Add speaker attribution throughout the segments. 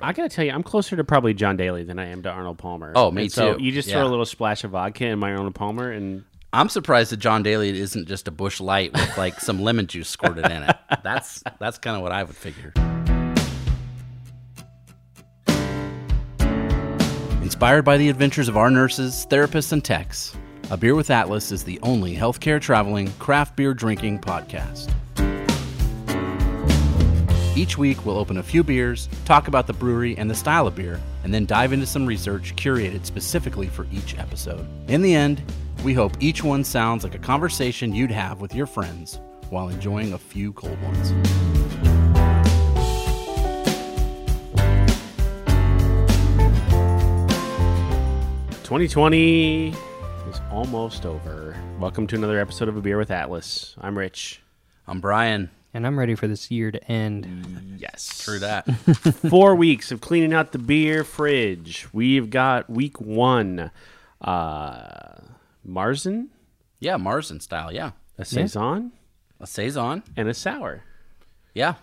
Speaker 1: I gotta tell you, I'm closer to probably John Daly than I am to Arnold Palmer.
Speaker 2: Oh, me
Speaker 1: And so
Speaker 2: too.
Speaker 1: You just
Speaker 2: Yeah.
Speaker 1: throw a little splash of vodka in my Arnold Palmer, and
Speaker 2: I'm surprised that John Daly isn't just a bush light with like some lemon juice squirted in it. That's that's kind of what I would figure. Inspired by the adventures of our nurses, therapists, and techs, A Beer with Atlas is the only healthcare traveling craft beer drinking podcast. Each week, we'll open a few beers, talk about the brewery and the style of beer, and then dive into some research curated specifically for each episode. In the end, we hope each one sounds like a conversation you'd have with your friends while enjoying a few cold ones.
Speaker 1: Twenty twenty is almost over. Welcome to another episode of A Beer with Atlas. I'm Rich.
Speaker 2: I'm Brian.
Speaker 3: And I'm ready for this year to
Speaker 1: Mm.
Speaker 3: end.
Speaker 1: Yes.
Speaker 2: True that.
Speaker 1: Four weeks of cleaning out the beer fridge. We've got week one. Uh Marzen,
Speaker 2: yeah, Marzen style. Yeah.
Speaker 1: a Saison,
Speaker 2: A Saison.
Speaker 1: and a sour.
Speaker 2: Yeah.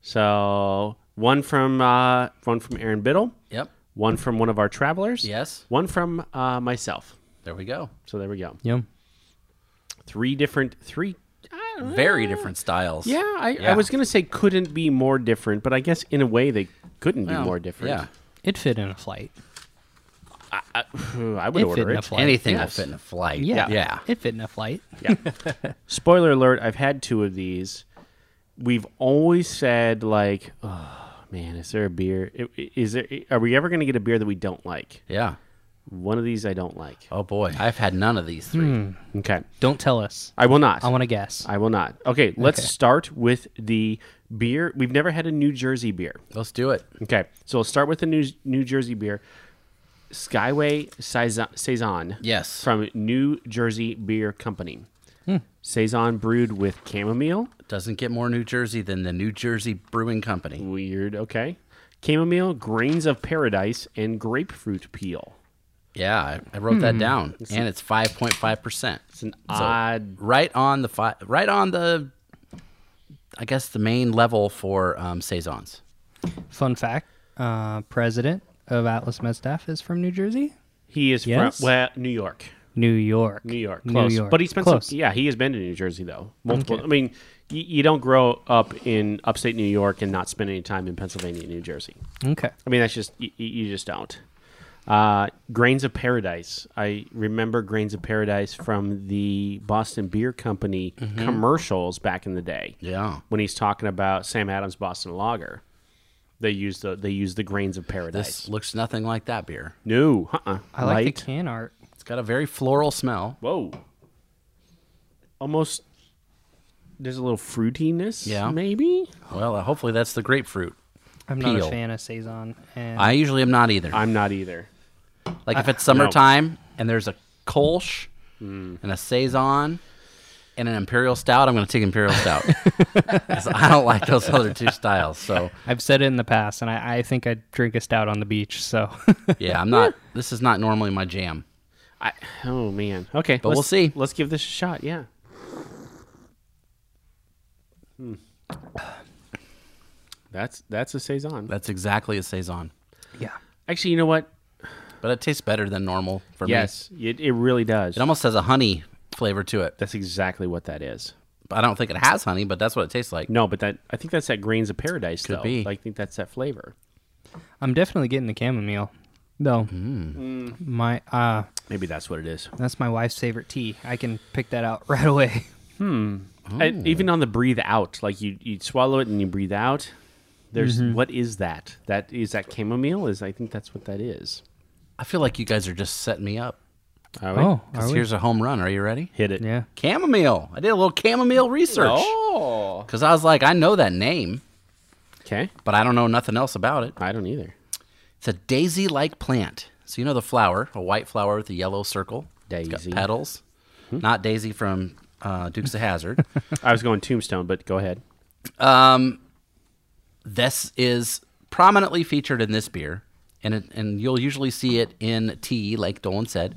Speaker 1: So one from uh one from Aaron Biddle,
Speaker 2: Yep.
Speaker 1: one from one of our travelers.
Speaker 2: Yes.
Speaker 1: One from uh myself.
Speaker 2: There we go.
Speaker 1: So there we go.
Speaker 3: Yum.
Speaker 1: Three different three I don't know.
Speaker 2: Very different styles.
Speaker 1: Yeah, I, I
Speaker 2: Yeah.
Speaker 1: was gonna say couldn't be more different, but I guess in a way they couldn't
Speaker 2: Well,
Speaker 1: be more different.
Speaker 2: Yeah.
Speaker 3: It fit in a flight.
Speaker 1: I would
Speaker 3: It fit
Speaker 1: order
Speaker 3: in
Speaker 1: it.
Speaker 3: a flight.
Speaker 2: Anything
Speaker 1: Yes.
Speaker 2: will fit in a flight.
Speaker 3: Yeah.
Speaker 2: Yeah.
Speaker 3: It fit in a flight.
Speaker 1: spoiler alert i've had two of these we've always said like oh man is there a beer i- i- is there are we ever going to get a beer that we don't like
Speaker 2: Yeah.
Speaker 1: one of these i don't like
Speaker 2: Oh boy. I've had none of these three.
Speaker 1: okay
Speaker 3: Don't tell us.
Speaker 1: i will not
Speaker 3: I want to guess.
Speaker 1: i will not okay let's start with the beer we've never had a new jersey beer
Speaker 2: Let's do it.
Speaker 1: okay so we'll start with the new new jersey beer skyway saison Saison
Speaker 2: Yes.
Speaker 1: from new jersey beer company
Speaker 3: Hmm.
Speaker 1: saison brewed with chamomile
Speaker 2: Doesn't get more New Jersey than the New Jersey Brewing Company.
Speaker 1: Weird. Okay. Chamomile, grains of paradise, and grapefruit peel.
Speaker 2: Yeah, I, I wrote that down, and it's five point five percent.
Speaker 1: It's an odd.
Speaker 2: Right on the fi- right on the, I guess the main level for um, saisons.
Speaker 3: Fun fact uh, president of Atlas Medstaff is from New Jersey,
Speaker 1: He is
Speaker 3: Yes?
Speaker 1: from well, New York.
Speaker 3: New York.
Speaker 1: New York.
Speaker 3: New
Speaker 1: Close.
Speaker 3: York.
Speaker 1: But he's been
Speaker 3: Close.
Speaker 1: Some, yeah, he has been to New Jersey though. Multiple. I mean, y- you don't grow up in upstate New York and not spend any time in Pennsylvania and New Jersey.
Speaker 3: Okay.
Speaker 1: I mean, that's just you, you just don't. Uh, Grains of Paradise. I remember Grains of Paradise from the Boston Beer Company
Speaker 3: Mm-hmm.
Speaker 1: commercials back in the day.
Speaker 2: Yeah.
Speaker 1: when he's talking about Sam Adams Boston Lager, they use the they use the grains of paradise.
Speaker 2: This looks nothing like that beer.
Speaker 1: no, uh-uh.
Speaker 3: I like
Speaker 1: Light.
Speaker 3: the can art.
Speaker 2: It's got a very floral smell.
Speaker 1: Whoa, almost. There's a little fruitiness.
Speaker 2: Yeah.
Speaker 1: maybe.
Speaker 2: Well, uh, hopefully that's the grapefruit.
Speaker 3: I'm not
Speaker 2: Peel.
Speaker 3: a fan of Saison. And
Speaker 2: I usually am not either.
Speaker 1: I'm not either.
Speaker 2: like if it's summertime and there's a Kolsch and a saison and an imperial stout, I'm going to take imperial stout. 'Cause I don't like those other two styles. So
Speaker 3: I've said it in the past, and I, I think I'd drink a stout on the beach. So
Speaker 2: yeah, I'm not. This is not normally my jam.
Speaker 1: I, oh man. Okay,
Speaker 2: But we'll
Speaker 1: let's-
Speaker 2: see.
Speaker 1: Let's give this a shot. Yeah. Hmm. That's that's a saison.
Speaker 2: That's exactly a saison,
Speaker 3: yeah.
Speaker 1: Actually, you know what?
Speaker 2: but it tastes better than normal for me.
Speaker 1: Yes, it, it really does.
Speaker 2: It almost has a honey flavor to it.
Speaker 1: That's exactly what that is.
Speaker 2: I don't think it has honey, but that's what it tastes like.
Speaker 1: No, but that I think that's that grains of paradise. Could though.
Speaker 2: be.
Speaker 1: I think that's that flavor.
Speaker 3: I'm definitely getting the chamomile, though.
Speaker 1: Mm.
Speaker 3: My uh,
Speaker 1: Maybe that's what it is.
Speaker 3: that's my wife's favorite tea. I can pick that out right away.
Speaker 1: And even on the breathe out, like you you swallow it and you breathe out. There's what is that? That is that chamomile. Is I think that's what that is.
Speaker 2: I feel like you guys are just setting me up.
Speaker 1: All
Speaker 3: Oh, are
Speaker 2: 'Cause
Speaker 3: we?
Speaker 2: here's a home run. Are you ready?
Speaker 1: hit it.
Speaker 3: yeah.
Speaker 2: Chamomile. I did a little chamomile research
Speaker 1: Oh.
Speaker 2: because I was like, I know that name,
Speaker 1: Okay.
Speaker 2: but I don't know nothing else about it.
Speaker 1: I don't either.
Speaker 2: It's a daisy like plant. So you know the flower, a white flower with a yellow circle. It's
Speaker 1: Daisy.
Speaker 2: got petals. Not Daisy from uh, Dukes of Hazard.
Speaker 1: I was going tombstone, but go ahead.
Speaker 2: this is prominently featured in this beer, and it, and you'll usually see it in tea, like Dolan said,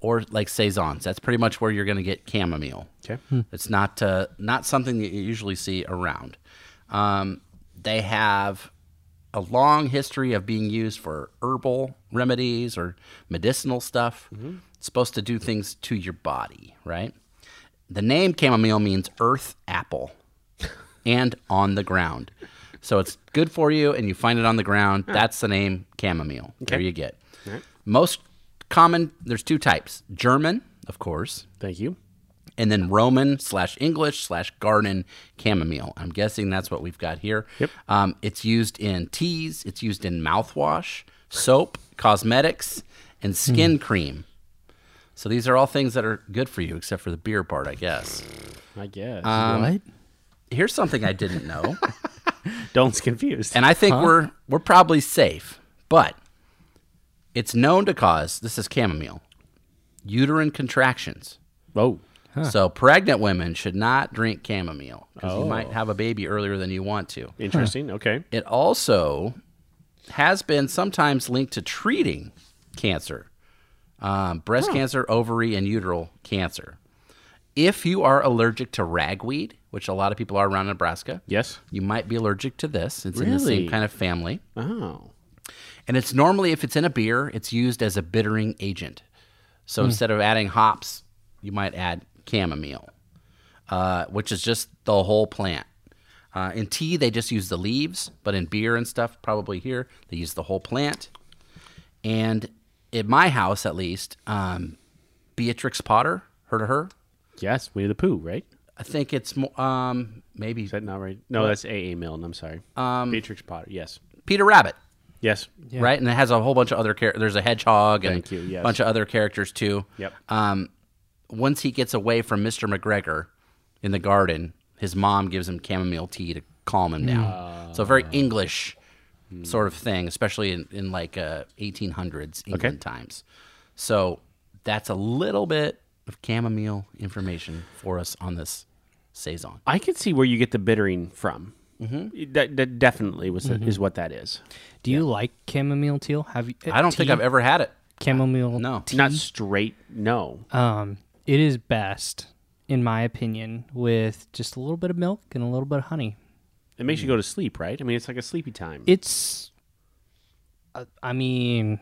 Speaker 2: or like saisons. That's pretty much where you're going to get chamomile.
Speaker 1: Okay.
Speaker 2: It's not uh, not something that you usually see around. Um, they have a long history of being used for herbal remedies or medicinal stuff. It's supposed to do things to your body, right? The name chamomile means earth apple and on the ground. So it's good for you and you find it on the ground. That's the name chamomile. There you get. Most common, there's two types German, of course,
Speaker 1: Thank you.
Speaker 2: and then Roman slash English slash garden chamomile. I'm guessing that's what we've got here.
Speaker 1: Yep.
Speaker 2: Um, it's used in teas, it's used in mouthwash, soap, cosmetics, and skin cream. So these are all things that are good for you, except for the beer part, I guess.
Speaker 1: I guess.
Speaker 3: what?
Speaker 2: Here's something I didn't know,
Speaker 1: Don't's confused.
Speaker 2: and I think we're we're probably safe, but it's known to cause this is chamomile, uterine contractions.
Speaker 1: oh,
Speaker 2: So pregnant women should not drink chamomile because you might have a baby earlier than you want to.
Speaker 1: interesting. Okay.
Speaker 2: It also has been sometimes linked to treating cancer, um, breast cancer, ovary, and uteral cancer. If you are allergic to ragweed, which a lot of people are around Nebraska,
Speaker 1: Yes.
Speaker 2: you might be allergic to this. It's in the
Speaker 1: Really?
Speaker 2: same kind of family.
Speaker 1: Oh.
Speaker 2: And it's normally, if it's in a beer, it's used as a bittering agent. So
Speaker 1: Hmm.
Speaker 2: instead of adding hops, you might add chamomile, uh, which is just the whole plant. Uh, in tea, they just use the leaves, but in beer and stuff, probably here, they use the whole plant. And in my house, at least, um, Beatrix Potter, heard of her?
Speaker 1: Yes. Winnie the Pooh, right?
Speaker 2: I think it's mo- um, maybe
Speaker 1: Is that not right? No, that's A.A. Milne. I'm sorry. Um, Beatrix Potter. Yes.
Speaker 2: Peter Rabbit.
Speaker 1: Yes.
Speaker 2: right? And it has a whole bunch of other characters. There's a hedgehog
Speaker 1: Thank
Speaker 2: and
Speaker 1: you, yes.
Speaker 2: a bunch of other characters too.
Speaker 1: Yep.
Speaker 2: Um, once he gets away from Mr. McGregor in the garden, his mom gives him chamomile tea to calm him down. so very
Speaker 1: Ah.
Speaker 2: English
Speaker 1: Hmm.
Speaker 2: sort of thing, especially in, in like uh, 1800s England times. So that's a little bit of chamomile information for us on this saison.
Speaker 1: I could see where you get the bittering from. Mm-hmm. That, that definitely was is what that is.
Speaker 3: Do you like chamomile tea? Have you?
Speaker 2: I don't think I've ever had it.
Speaker 3: chamomile.
Speaker 2: No.
Speaker 1: Not straight. No.
Speaker 3: Um, it is best, in my opinion, with just a little bit of milk and a little bit of honey.
Speaker 1: It makes you go to sleep, right? I mean, it's like a sleepy time.
Speaker 3: It's, uh, I mean,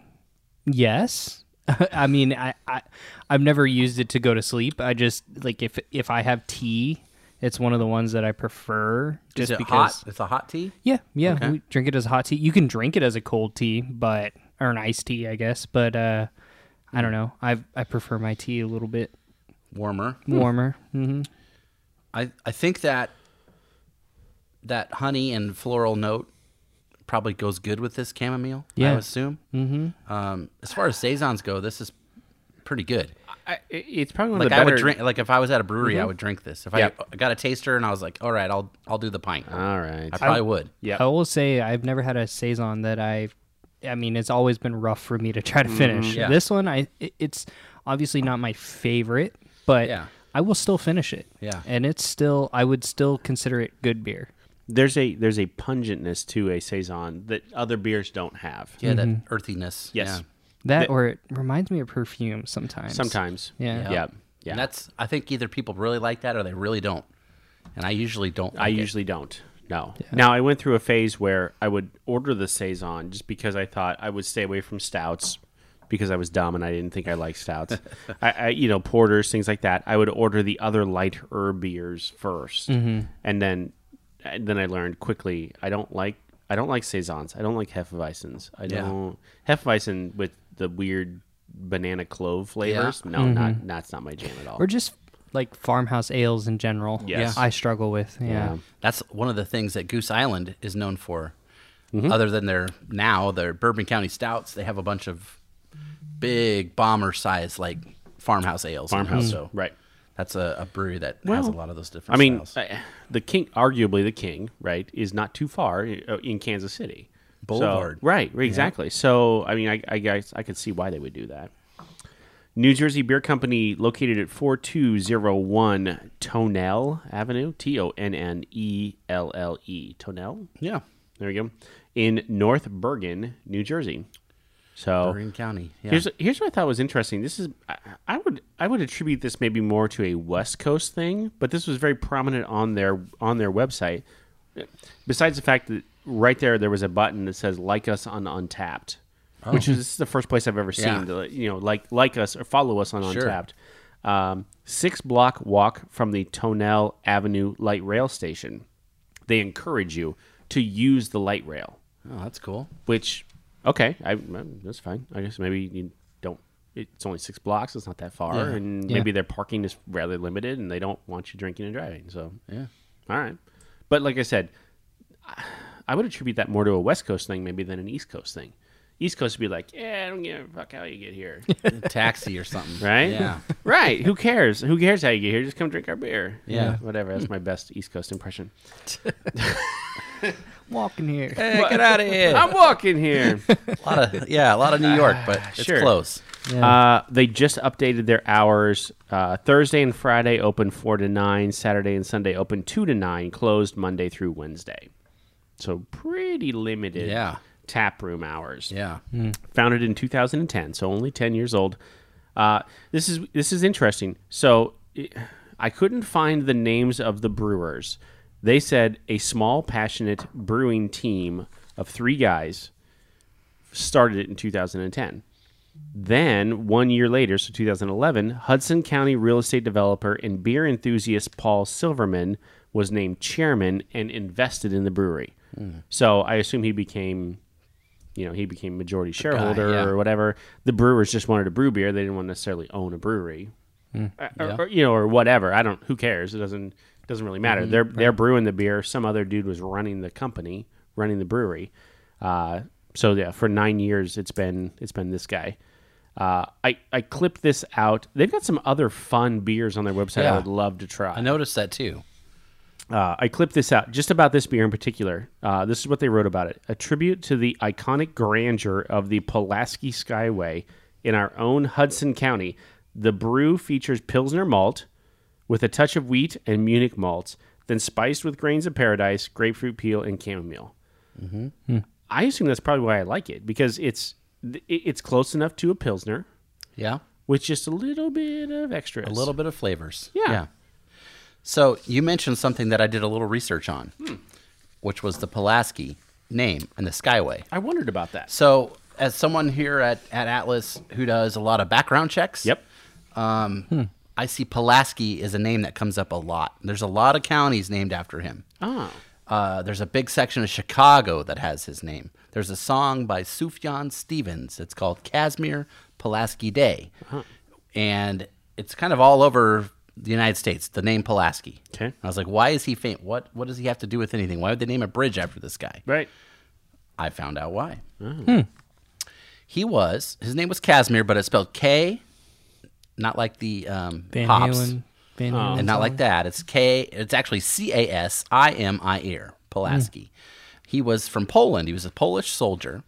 Speaker 3: yes. I mean, I, I, I've never used it to go to sleep. I just like if if I have tea, it's one of the ones that I prefer.
Speaker 2: Is
Speaker 3: Just
Speaker 2: it
Speaker 3: because,
Speaker 2: hot? It's a hot tea?
Speaker 3: yeah, yeah, we drink it as hot tea. You can drink it as a cold tea, but or an iced tea, I guess. But uh, I don't know. I I prefer my tea a little bit
Speaker 2: Warmer.
Speaker 3: warmer. hmm
Speaker 2: I I think that that honey and floral note probably goes good with this chamomile. I
Speaker 3: Yeah.
Speaker 2: would assume. Mm-hmm. Um, as far as saisons go, this is pretty good.
Speaker 1: I, it- it's probably one
Speaker 2: Like
Speaker 1: of the
Speaker 2: I
Speaker 1: better. Mm-hmm.
Speaker 2: would drink. Like if I was at a brewery, I would drink this. If
Speaker 1: Yep. Uh,
Speaker 2: I got a taster and I was like, all right, I'll I'll do the pint.
Speaker 1: All right.
Speaker 2: I probably would.
Speaker 1: Yep.
Speaker 3: I will say I've never had a saison that I, I mean, it's always been rough for me to try to finish.
Speaker 2: Mm, yeah.
Speaker 3: This one, I it- it's obviously not my favorite, but
Speaker 2: Yeah.
Speaker 3: I will still finish it.
Speaker 2: Yeah.
Speaker 3: and it's still I would still consider it good beer.
Speaker 1: There's a there's a pungentness to a saison that other beers don't have.
Speaker 2: Yeah, that earthiness.
Speaker 1: Mm-hmm. Yes.
Speaker 2: Yeah.
Speaker 3: That or it reminds me of perfume sometimes.
Speaker 1: Sometimes.
Speaker 3: Yeah.
Speaker 1: Yeah.
Speaker 3: Yeah.
Speaker 1: Yeah.
Speaker 2: And that's I think either people really like that or they really don't. And I usually don't.
Speaker 1: I
Speaker 2: like it.
Speaker 1: usually don't. No. Now I went through a phase where I would order the saison just because I thought I would stay away from stouts because I was dumb and I didn't think I liked stouts. I, I, you know, porters, things like that. I would order the other lighter beers 1st
Speaker 3: Mm-hmm.
Speaker 1: and then, and then I learned quickly I don't like I don't like saisons. I don't like hefeweizens. I
Speaker 2: Yeah.
Speaker 1: don't hefeweizen with the weird banana clove flavors. No, not that's not my jam at all.
Speaker 3: Mm-hmm. or just like farmhouse ales in general.
Speaker 1: Yes.
Speaker 3: I struggle with. Yeah,
Speaker 2: That's one of the things that Goose Island is known for.
Speaker 1: Mm-hmm.
Speaker 2: Other than their now their Bourbon County stouts, they have a bunch of big bomber size like farmhouse ales. now.
Speaker 1: Farmhouse, Mm.
Speaker 2: so
Speaker 1: right.
Speaker 2: That's a, a brewery that has a lot of those
Speaker 1: I
Speaker 2: different.
Speaker 1: mean,
Speaker 2: styles.
Speaker 1: uh, the king, arguably the king, right, is not too far uh, in Kansas City. So-
Speaker 2: Boulevard.
Speaker 1: right, right, exactly. So, I mean, I, I guess I could see why they would do that. New Jersey Beer Company, located at 4201 Tonell Avenue, T O N N E L L E, Tonell.
Speaker 2: yeah,
Speaker 1: There you go. In North Bergen, New Jersey. So,
Speaker 2: Bourbon County. Yeah,
Speaker 1: Here's here's what I thought was interesting. This is I, I would I would attribute this maybe more to a West Coast thing, but this was very prominent on their on their website. Besides the fact that right there, there was a button that says "Like us on Untapped," which is this is the first place I've ever seen.
Speaker 2: Oh. Yeah.
Speaker 1: that, you know, like like us or follow us on
Speaker 2: Sure.
Speaker 1: Untapped. Um, six block walk from the Tonell Avenue light rail station. They encourage you to use the light rail,
Speaker 2: Oh, that's cool.
Speaker 1: which okay, I well, that's fine. I guess maybe you don't. It's only six blocks. It's not that far,
Speaker 2: Yeah.
Speaker 1: and
Speaker 3: Yeah.
Speaker 1: maybe their parking is rather limited, and they don't want you drinking and driving. So
Speaker 2: Yeah.
Speaker 1: all right. But like I said, I would attribute that more to a West Coast thing maybe than an East Coast thing. East Coast would be like, yeah, I don't give a fuck how you get here.
Speaker 2: taxi or something.
Speaker 1: Right?
Speaker 2: Yeah.
Speaker 1: right. Who cares? Who cares how you get here? Just come drink our beer.
Speaker 2: Yeah.
Speaker 1: Whatever. That's my best East Coast impression.
Speaker 3: Walking here.
Speaker 1: Eh,
Speaker 2: Hey, get out of here.
Speaker 1: I'm walking here.
Speaker 2: a lot of, yeah, a lot of New York, but it's
Speaker 1: Ah, Sure.
Speaker 2: close.
Speaker 1: Uh, they just updated their hours. Uh, Thursday and Friday open four to nine. Saturday and Sunday open two to nine. Closed Monday through Wednesday. So pretty limited.
Speaker 2: Yeah.
Speaker 1: Tap room hours.
Speaker 2: Yeah.
Speaker 1: Mm. Founded in 2010, so only 10 years old. Uh, this is this is interesting. So i- I couldn't find the names of the brewers. They said a small, passionate brewing team of three guys started it in 2010. Then, one year later, so 2011, Hudson County real estate developer and beer enthusiast Paul Silverman was named chairman and invested in the brewery. So I assume he became, you know, he became majority shareholder
Speaker 2: yeah.
Speaker 1: or whatever. The brewers just wanted to brew beer; they didn't want to necessarily own a brewery, Uh, or, or, you know, or whatever. I don't. Who cares? It doesn't doesn't really
Speaker 2: Mm-hmm.
Speaker 1: matter. they're they're brewing the beer. Some other dude was running the company, running the brewery. Uh, so yeah, for nine years it's been it's been this guy. Uh, I I clipped this out. They've got some other fun beers on their website.
Speaker 2: Yeah.
Speaker 1: I would love to try.
Speaker 2: I noticed that too.
Speaker 1: Uh, I clipped this out just about this beer in particular. Uh, this is what they wrote about it: a tribute to the iconic grandeur of the Pulaski Skyway in our own Hudson County. The brew features Pilsner malt with a touch of wheat and Munich malts, then spiced with grains of paradise, grapefruit peel, and chamomile. Mm-hmm. Hmm. I assume that's probably why I like it because it's it- it's close enough to a Pilsner
Speaker 2: Yeah.
Speaker 1: with just a little bit of extras.
Speaker 2: A little bit of flavors.
Speaker 1: Yeah.
Speaker 2: So you mentioned something that I did a little research on,
Speaker 1: Hmm.
Speaker 2: which was the Pulaski name and the Skyway.
Speaker 1: I wondered about that.
Speaker 2: So, as someone here at, at Atlas who does a lot of background checks,
Speaker 1: Yep. Hmm.
Speaker 2: um, I see Pulaski is a name that comes up a lot. There's a lot of counties named after him.
Speaker 1: Oh.
Speaker 2: Uh, there's a big section of Chicago that has his name. There's a song by Sufjan Stevens. It's called Casimir Pulaski Day. And it's kind of all over the United States, the name Pulaski.
Speaker 1: Okay.
Speaker 2: I was like, why is he famous? What, what does he have to do with anything? Why would they name a bridge after this guy?
Speaker 1: Right.
Speaker 2: I found out why.
Speaker 3: Hmm.
Speaker 2: He was, his name was Casimir, but it's spelled K, not like the um,
Speaker 3: Van
Speaker 2: hops.
Speaker 3: Halen. Van
Speaker 1: Um,
Speaker 3: Halen.
Speaker 2: And not like that. It's K. It's actually C A S I M I E R Pulaski. He was from Poland. He was a Polish soldier,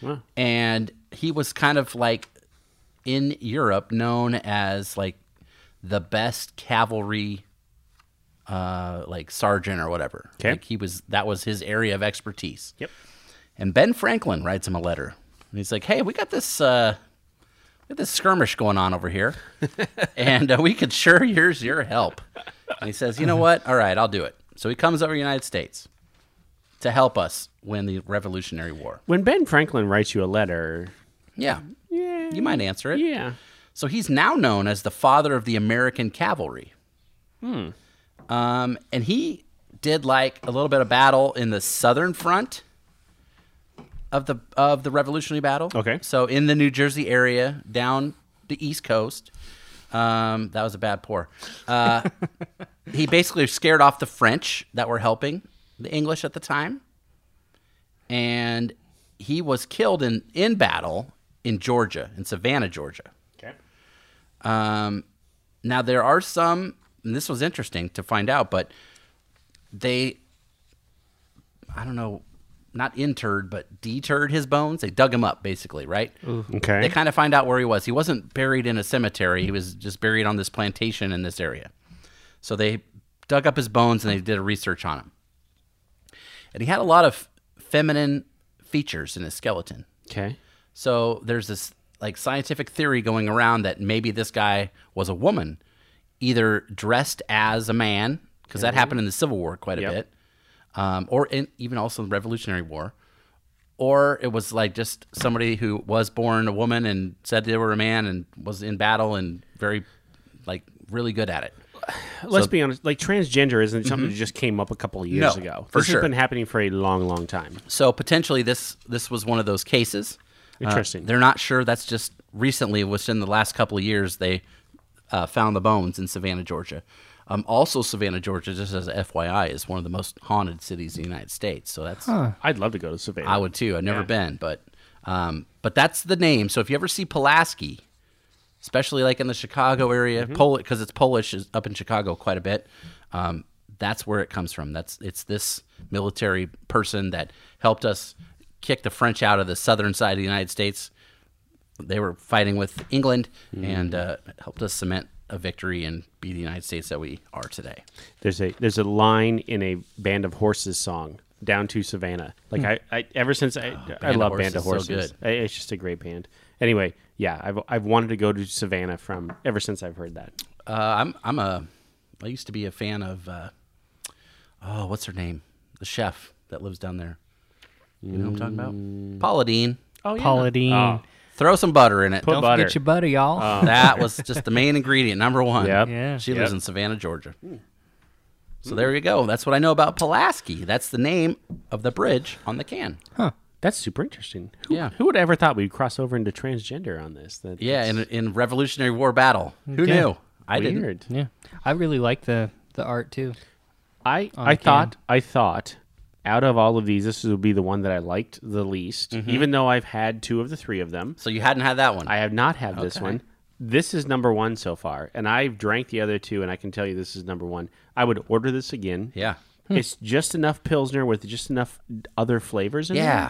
Speaker 1: Wow.
Speaker 2: and he was kind of like in Europe known as like the best cavalry, uh, like sergeant or whatever.
Speaker 1: 'Kay.
Speaker 2: Like he was. That was his area of expertise.
Speaker 1: Yep.
Speaker 2: And Ben Franklin writes him a letter. And he's like, hey, we got this, uh, we got this skirmish going on over here. and uh, we could sure use your help. And he says, you know what? All right, I'll do it. So he comes over to the United States to help us win the Revolutionary War.
Speaker 1: When Ben Franklin writes you a letter,
Speaker 2: Yeah.
Speaker 1: yeah,
Speaker 2: You might answer it.
Speaker 1: yeah,
Speaker 2: So he's now known as the father of the American cavalry. Um, and he did like a little bit of battle in the southern front of the of the Revolutionary Battle.
Speaker 1: Okay.
Speaker 2: So in the New Jersey area, down the East Coast. Um, that was a bad pour. Uh, he basically scared off the French that were helping the English at the time. And he was killed in, in battle in Georgia, in Savannah, Georgia.
Speaker 1: okay,
Speaker 2: Um, now there are some, and this was interesting to find out, but they, I don't know, not interred, but deterred his bones. They dug him up, basically, right?
Speaker 1: okay.
Speaker 2: They kind of find out where he was. He wasn't buried in a cemetery. He was just buried on this plantation in this area. So they dug up his bones and they did a research on him. And he had a lot of feminine features in his skeleton.
Speaker 1: okay,
Speaker 2: So there's this like scientific theory going around that maybe this guy was a woman, either dressed as a man because that happened in the Civil War quite a
Speaker 1: Yep.
Speaker 2: bit, um, or in, even also the Revolutionary War, or it was like just somebody who was born a woman and said they were a man and was in battle and very, like, really good at it.
Speaker 1: Let's be honest. Like transgender isn't something that just came up a couple of years
Speaker 2: Mm-hmm. No,
Speaker 1: ago.
Speaker 2: for
Speaker 1: this
Speaker 2: sure.
Speaker 1: has been happening for a long, long time.
Speaker 2: So potentially this this was one of those cases. Uh,
Speaker 1: Interesting.
Speaker 2: they're not sure. That's just recently, within the last couple of years, they uh, found the bones in Savannah, Georgia. Um, also, Savannah, Georgia, just as a FYI, is one of the most haunted cities in the United States. So that's
Speaker 1: I'd love to go to Savannah.
Speaker 2: I would too. I've never been, but um, but that's the name. So if you ever see Pulaski, especially like in the Chicago area, Pol because it's Polish is up in Chicago quite a bit. Um, that's where it comes from. That's it's this military person that helped us kick the French out of the southern side of the United States. They were fighting with England and uh, helped us cement a victory and be the United States that we are today.
Speaker 1: There's a there's a line in a Band of Horses song, "Down to Savannah." Like I, I ever since I I
Speaker 2: Hmm. Oh, of
Speaker 1: love
Speaker 2: Horses
Speaker 1: Band of
Speaker 2: is so
Speaker 1: Horses.
Speaker 2: good.
Speaker 1: I- It's just a great band. Anyway, yeah, I've I've wanted to go to Savannah from ever since I've heard that.
Speaker 2: Uh, I'm I'm a I used to be a fan of uh, oh what's her name the chef that lives down there. You know what I'm talking
Speaker 3: Mm.
Speaker 2: about? Paula Dean.
Speaker 1: Oh
Speaker 3: Paula Deen.
Speaker 1: Oh.
Speaker 2: Throw some butter in it.
Speaker 1: Put
Speaker 3: Don't
Speaker 1: butter. Um,
Speaker 3: forget your butter, y'all.
Speaker 2: that was just the main ingredient, number one.
Speaker 1: Yep.
Speaker 3: Yeah. Hmm.
Speaker 2: She lives
Speaker 1: Yep.
Speaker 2: in Savannah, Georgia. So there you go. That's what I know about Pulaski. That's the name of the bridge on the can.
Speaker 3: huh.
Speaker 1: That's super interesting. Who,
Speaker 2: Yeah.
Speaker 1: Who would ever thought we'd cross over into transgender on this? That,
Speaker 2: Yeah, in in Revolutionary War battle. Who
Speaker 3: Hmm. Yeah.
Speaker 2: knew? I
Speaker 1: weird.
Speaker 2: didn't.
Speaker 3: Yeah. I really like the the art too.
Speaker 1: I I thought I thought out of all of these, this would be the one that I liked the least.
Speaker 2: Mm-hmm.
Speaker 1: Even though I've had two of the three of them,
Speaker 2: So you hadn't had that one.
Speaker 1: I have not had this one. This is number one so far, and I've drank the other two, and I can tell you this is number one. I would order this again.
Speaker 2: yeah.
Speaker 1: It's just enough Pilsner with just enough other flavors in
Speaker 2: Yeah.
Speaker 1: there.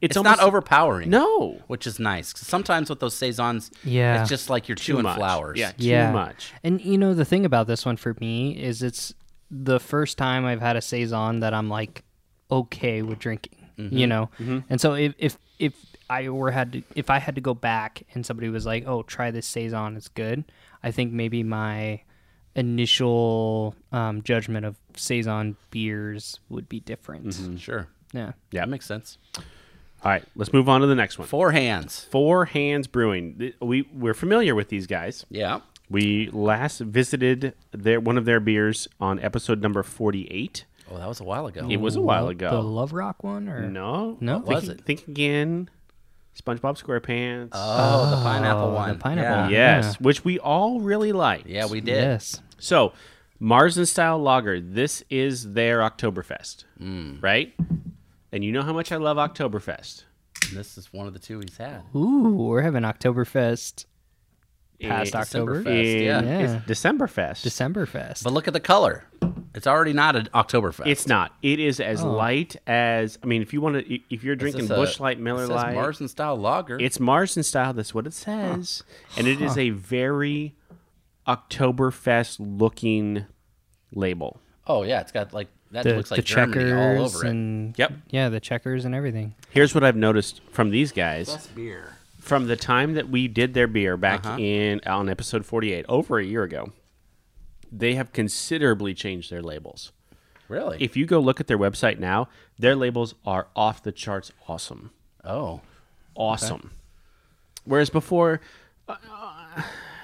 Speaker 2: It's,
Speaker 1: It's, almost,
Speaker 2: not overpowering.
Speaker 1: No.
Speaker 2: which is nice. 'Cause sometimes with those saisons,
Speaker 3: Yeah.
Speaker 2: it's just like you're
Speaker 1: Too
Speaker 2: chewing
Speaker 1: much.
Speaker 2: flowers.
Speaker 1: Yeah, too
Speaker 3: yeah.
Speaker 1: much.
Speaker 3: And you know the thing about this one for me is it's the first time I've had a saison that I'm like okay with drinking.
Speaker 1: Mm-hmm.
Speaker 3: You know, and so if if if I were had to, if I had to go back and somebody was like, "Oh, try this saison, it's good," I think maybe my initial um, judgment of saison beers would be different.
Speaker 1: Mm-hmm.
Speaker 2: Mm, sure.
Speaker 3: Yeah,
Speaker 1: Yeah.
Speaker 2: That makes sense.
Speaker 1: All right, let's move on to the next one.
Speaker 2: Four hands.
Speaker 1: Four Hands Brewing. Th- We we're familiar with these guys.
Speaker 2: Yeah.
Speaker 1: We last visited their one of their beers on episode number forty-eight.
Speaker 2: Oh, that was a while ago.
Speaker 1: It was a while ago.
Speaker 3: the Love Rock one or
Speaker 1: No,
Speaker 3: No?
Speaker 1: Think,
Speaker 2: What was it?
Speaker 1: Think again. SpongeBob SquarePants.
Speaker 2: oh, the pineapple one.
Speaker 3: pineapple
Speaker 2: Yeah.
Speaker 3: one.
Speaker 2: yeah.
Speaker 1: yes,
Speaker 3: yeah.
Speaker 1: which we all really like.
Speaker 2: we did.
Speaker 3: yes,
Speaker 1: So, Mars and Style Lager. This is their Oktoberfest,
Speaker 2: Mm.
Speaker 1: right? And you know how much I love Oktoberfest.
Speaker 2: And this is one of the two he's had.
Speaker 3: ooh, we're having Oktoberfest,
Speaker 1: Past
Speaker 3: Past October?
Speaker 2: Decemberfest, yeah.
Speaker 3: Yeah.
Speaker 1: Decemberfest.
Speaker 3: Decemberfest.
Speaker 2: But look at the color. It's already not an Oktoberfest.
Speaker 1: It's not. It is as light as. I mean, if you want to, if you're
Speaker 2: Oh. This
Speaker 1: drinking
Speaker 2: is a-
Speaker 1: Bush Light, Miller
Speaker 2: it says
Speaker 1: Light,
Speaker 2: Mars and style lager.
Speaker 1: It's Mars and style. That's what it says. And it is a very Oktoberfest looking label.
Speaker 2: oh yeah, it's got like that
Speaker 3: the,
Speaker 2: looks like
Speaker 3: the
Speaker 2: Germany all
Speaker 3: checkers
Speaker 2: over it.
Speaker 3: and
Speaker 1: Yep.
Speaker 3: yeah, the checkers and everything.
Speaker 1: Here's what I've noticed from these guys
Speaker 2: That's beer.
Speaker 1: from the time that we did their beer back in on episode 48 over a year ago. They have considerably changed their labels.
Speaker 2: Really?
Speaker 1: If you go look at their website now, their labels are off the charts awesome.
Speaker 2: oh.
Speaker 1: awesome. Whereas before, uh,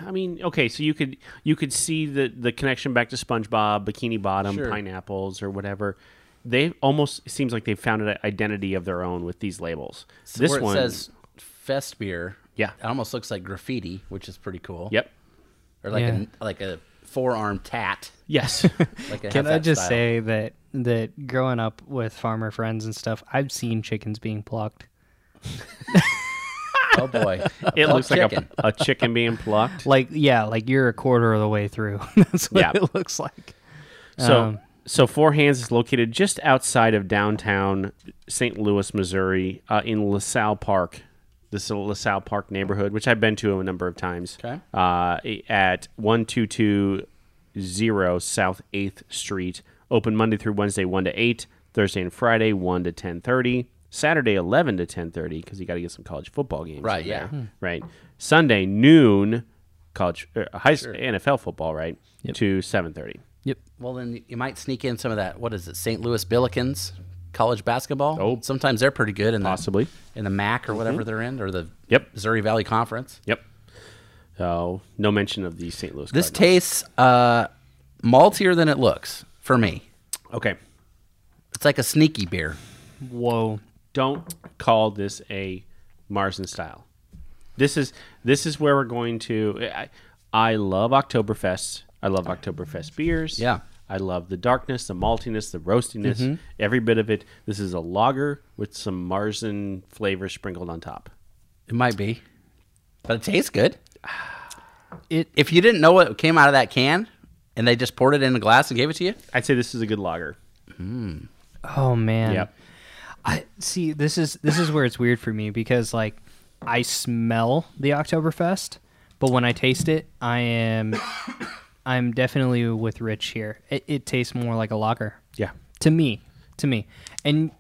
Speaker 1: I mean, okay, so you could you could see the the connection back to SpongeBob, Bikini Bottom,
Speaker 2: Sure.
Speaker 1: pineapples, or whatever. They almost it seems like they've found an identity of their own with these labels. this
Speaker 2: Where it
Speaker 1: one
Speaker 2: says fest beer.
Speaker 1: Yeah.
Speaker 2: It almost looks like graffiti, which is pretty cool.
Speaker 1: yep,
Speaker 2: Or like
Speaker 3: Yeah.
Speaker 2: a like a forearm tat.
Speaker 1: yes,
Speaker 2: Like a
Speaker 3: Can I
Speaker 2: half-hat
Speaker 3: just
Speaker 2: style.
Speaker 3: say that that growing up with farmer friends and stuff, I've seen chickens being plucked.
Speaker 2: Oh boy,
Speaker 1: it looks like
Speaker 2: chicken.
Speaker 1: a, a chicken being plucked.
Speaker 3: Like yeah, like you're a quarter of the way through. That's what
Speaker 1: Yeah.
Speaker 3: it looks like.
Speaker 1: So
Speaker 2: Um,
Speaker 1: so Four Hands is located just outside of downtown St. Louis, Missouri, uh, in LaSalle Park. This is a LaSalle Park neighborhood, which I've been to a number of times.
Speaker 2: Okay.
Speaker 1: Uh, at one two two zero South Eighth Street. Open Monday through Wednesday, one to eight. Thursday and Friday, one to ten thirty. Saturday, eleven to ten thirty, because you got to get some college football games.
Speaker 2: Right,
Speaker 1: in
Speaker 2: yeah. Hmm.
Speaker 1: there, Right. Sunday noon, college, er, high s NFL football. Right. To seven thirty.
Speaker 3: Yep.
Speaker 2: Well, then you might sneak in some of that. What is it? St. Louis Billikens college basketball.
Speaker 1: Oh.
Speaker 2: sometimes they're pretty good in the,
Speaker 1: Possibly. Mm-hmm.
Speaker 2: in the MAC or whatever they're in, or the
Speaker 1: Yep.
Speaker 2: Missouri Valley Conference.
Speaker 1: Yep. Oh, no mention of the St. Louis.
Speaker 2: This
Speaker 1: Cardinals.
Speaker 2: tastes uh, maltier than it looks for me.
Speaker 1: okay.
Speaker 2: It's like a sneaky beer.
Speaker 3: Whoa.
Speaker 1: Don't call this a Marzen style. This is this is where we're going to. I, I love Oktoberfest. I love Oktoberfest beers.
Speaker 2: Yeah. Mm-hmm.
Speaker 1: I love the darkness, the maltiness, the roastiness, every bit of it. This is a lager with some Marzen flavor sprinkled on top.
Speaker 2: It might be, but it tastes good.
Speaker 3: It
Speaker 2: If you didn't know what came out of that can, and they just poured it in a glass and gave it to you,
Speaker 1: I'd say this is a good lager.
Speaker 3: Oh man.
Speaker 1: Yep.
Speaker 3: I see this is this is where it's weird for me because like I smell the Oktoberfest, but when I taste it, I am I'm definitely with Rich here. It, it tastes more like a lager.
Speaker 1: Yeah.
Speaker 3: To me. To me. And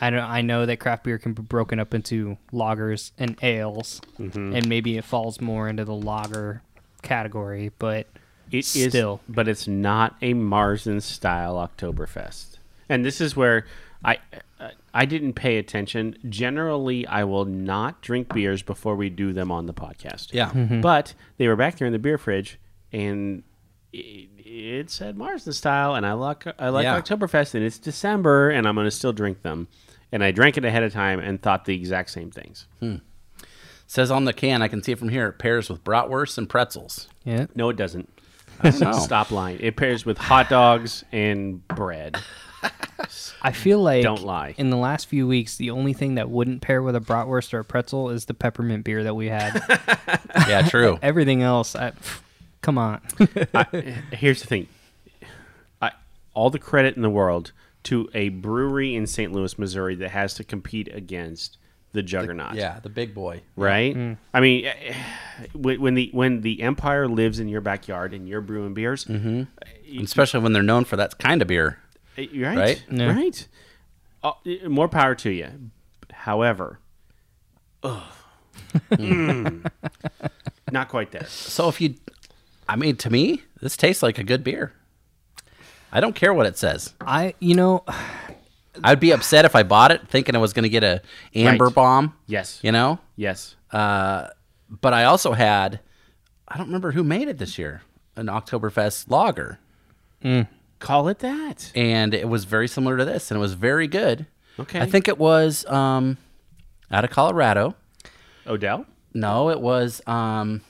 Speaker 3: I don't I know that craft beer can be broken up into lagers and ales
Speaker 1: Mm-hmm.
Speaker 3: and maybe it falls more into the lager category, but
Speaker 1: It is,
Speaker 3: Still.
Speaker 1: but it's not a Marzen style Oktoberfest. And this is where I uh, I didn't pay attention. Generally, I will not drink beers before we do them on the podcast.
Speaker 2: Yeah.
Speaker 1: But they were back there in the beer fridge, and it, it said Marzen style, and I like I like
Speaker 2: Yeah.
Speaker 1: Oktoberfest, and it's December, and I'm going to still drink them. And I drank it ahead of time and thought the exact same things.
Speaker 2: Hmm. says on the can, I can see it from here. It pairs with bratwurst and pretzels.
Speaker 3: yeah.
Speaker 1: No, it doesn't.
Speaker 2: know.
Speaker 1: Stop lying. It pairs with hot dogs and bread.
Speaker 3: I feel like
Speaker 1: Don't lie.
Speaker 3: In the last few weeks, the only thing that wouldn't pair with a bratwurst or a pretzel is the peppermint beer that we had.
Speaker 2: Yeah, true.
Speaker 3: Everything else, I, pff, come on.
Speaker 1: Here's the thing. I, all the credit in the world to a brewery in St. Louis, Missouri that has to compete against the juggernaut.
Speaker 2: yeah, Mm-hmm. the big boy.
Speaker 1: Right? I mean, eh, when when the when the empire lives in your backyard and you're brewing beers,
Speaker 2: Mm-hmm. Especially when they're known for that kind of beer.
Speaker 1: Eh, Right.
Speaker 2: Right?
Speaker 1: Right.
Speaker 3: Yeah.
Speaker 1: Uh, eh, more power to you. However, Mm. not quite there.
Speaker 2: So if you, I mean, to me, this tastes like a good beer. I don't care what it says.
Speaker 3: I, you know,
Speaker 2: I'd be upset if I bought it thinking I was going to get a amber
Speaker 1: Right.
Speaker 2: bomb.
Speaker 1: Yes.
Speaker 2: You know?
Speaker 1: Yes.
Speaker 2: But I also had, I don't remember who made it this year, an Oktoberfest lager.
Speaker 1: Call it that.
Speaker 2: And it was very similar to this and it was very good.
Speaker 1: Okay.
Speaker 2: I think it was um, out of Colorado.
Speaker 1: Odell.
Speaker 2: No, it was um,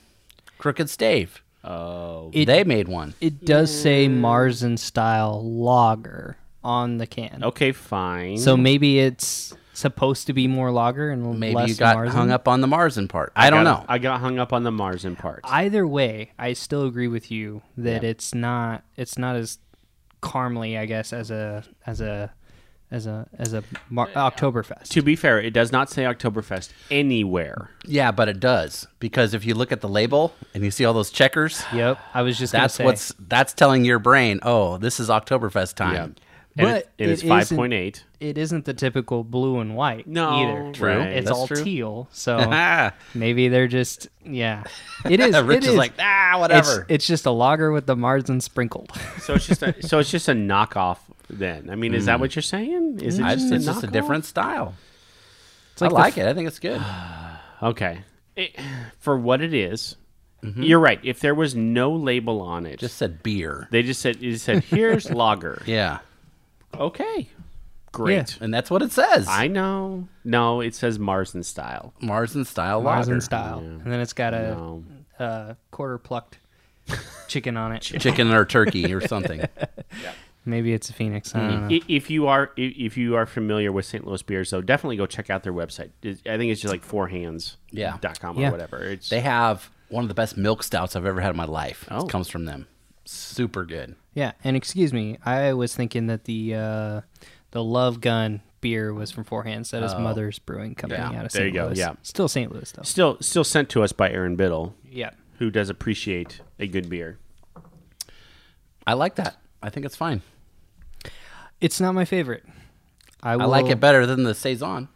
Speaker 2: Crooked Stave.
Speaker 1: Oh.
Speaker 3: It-
Speaker 2: they made one.
Speaker 3: it does say Marzen style lager on the can.
Speaker 1: Okay. Fine.
Speaker 3: So maybe it's supposed to be more lager and
Speaker 2: Maybe
Speaker 3: less
Speaker 2: you got
Speaker 3: Marzen.
Speaker 2: hung up on the Marzen part. I, don't
Speaker 1: Got-
Speaker 2: know.
Speaker 1: I got hung up on the Marzen part.
Speaker 3: Either way, I still agree with you that it's not it's not as calmly, I guess, as a as a as a as a Mar- Oktoberfest.
Speaker 1: to be fair, it does not say Oktoberfest anywhere.
Speaker 2: yeah, but it does because if you look at the label and you see all those checkers,
Speaker 3: Yep, I was just
Speaker 2: that's
Speaker 3: gonna
Speaker 2: what's
Speaker 3: say.
Speaker 2: that's telling your brain, oh, this is Oktoberfest time.
Speaker 1: And
Speaker 3: But
Speaker 1: it, and it's
Speaker 3: it isn't-
Speaker 1: five point eight.
Speaker 3: it isn't the typical blue and white
Speaker 1: No,
Speaker 3: either.
Speaker 1: True. right.
Speaker 3: It's
Speaker 2: That's
Speaker 3: all
Speaker 2: true.
Speaker 3: teal, so
Speaker 2: Ah,
Speaker 3: maybe they're just yeah. It is.
Speaker 2: Rich
Speaker 3: it
Speaker 2: is like, ah,
Speaker 3: it's,
Speaker 2: whatever.
Speaker 3: it's just a lager with the Marzen sprinkled.
Speaker 1: So it's just a, so it's just a knockoff. Then I mean, is that what you're saying? Is it Mm.
Speaker 2: I
Speaker 1: just,
Speaker 2: just-
Speaker 1: a
Speaker 2: it's just a
Speaker 1: knockoff?
Speaker 2: different style.
Speaker 3: like
Speaker 2: I
Speaker 3: the
Speaker 2: like it. I think it's good.
Speaker 1: Okay, It- for what it is, you're right. If there was no label on it,
Speaker 2: Just said beer.
Speaker 1: they just said it said here's lager.
Speaker 2: Yeah,
Speaker 1: Okay, great.
Speaker 2: and that's what it says.
Speaker 1: I know. No, it says Marzen style. Um,
Speaker 2: Marzen style lager.
Speaker 3: Marzen style, and then it's got a,
Speaker 1: No.
Speaker 3: uh quarter plucked chicken on it.
Speaker 2: Chicken or turkey or something.
Speaker 3: Maybe it's a phoenix. I
Speaker 2: Mm-hmm.
Speaker 3: don't know.
Speaker 1: I- If you are i- if you are familiar with St. Louis beers, though, definitely go check out their website. It- I think it's just like fourhands.
Speaker 2: Yeah.
Speaker 1: dot com or
Speaker 3: Yeah.
Speaker 1: whatever. It's
Speaker 2: They have one of the best milk stouts I've ever had in my life.
Speaker 1: Oh.
Speaker 2: It comes from them. Super good.
Speaker 3: Yeah, and excuse me, I was thinking that the uh, the Love Gun beer was from Four Hands. That is Mother's Brewing Company
Speaker 2: Oh. Yeah,
Speaker 3: out of
Speaker 1: there you
Speaker 3: St.
Speaker 1: go,
Speaker 3: Louis.
Speaker 1: yeah.
Speaker 3: still St. Louis though.
Speaker 1: still still sent to us by Aaron Biddle,
Speaker 3: Yeah.
Speaker 1: who does appreciate a good beer.
Speaker 2: I like that. I think it's fine.
Speaker 3: It's not my favorite. I,
Speaker 2: I like
Speaker 3: will-
Speaker 2: it better than the saison.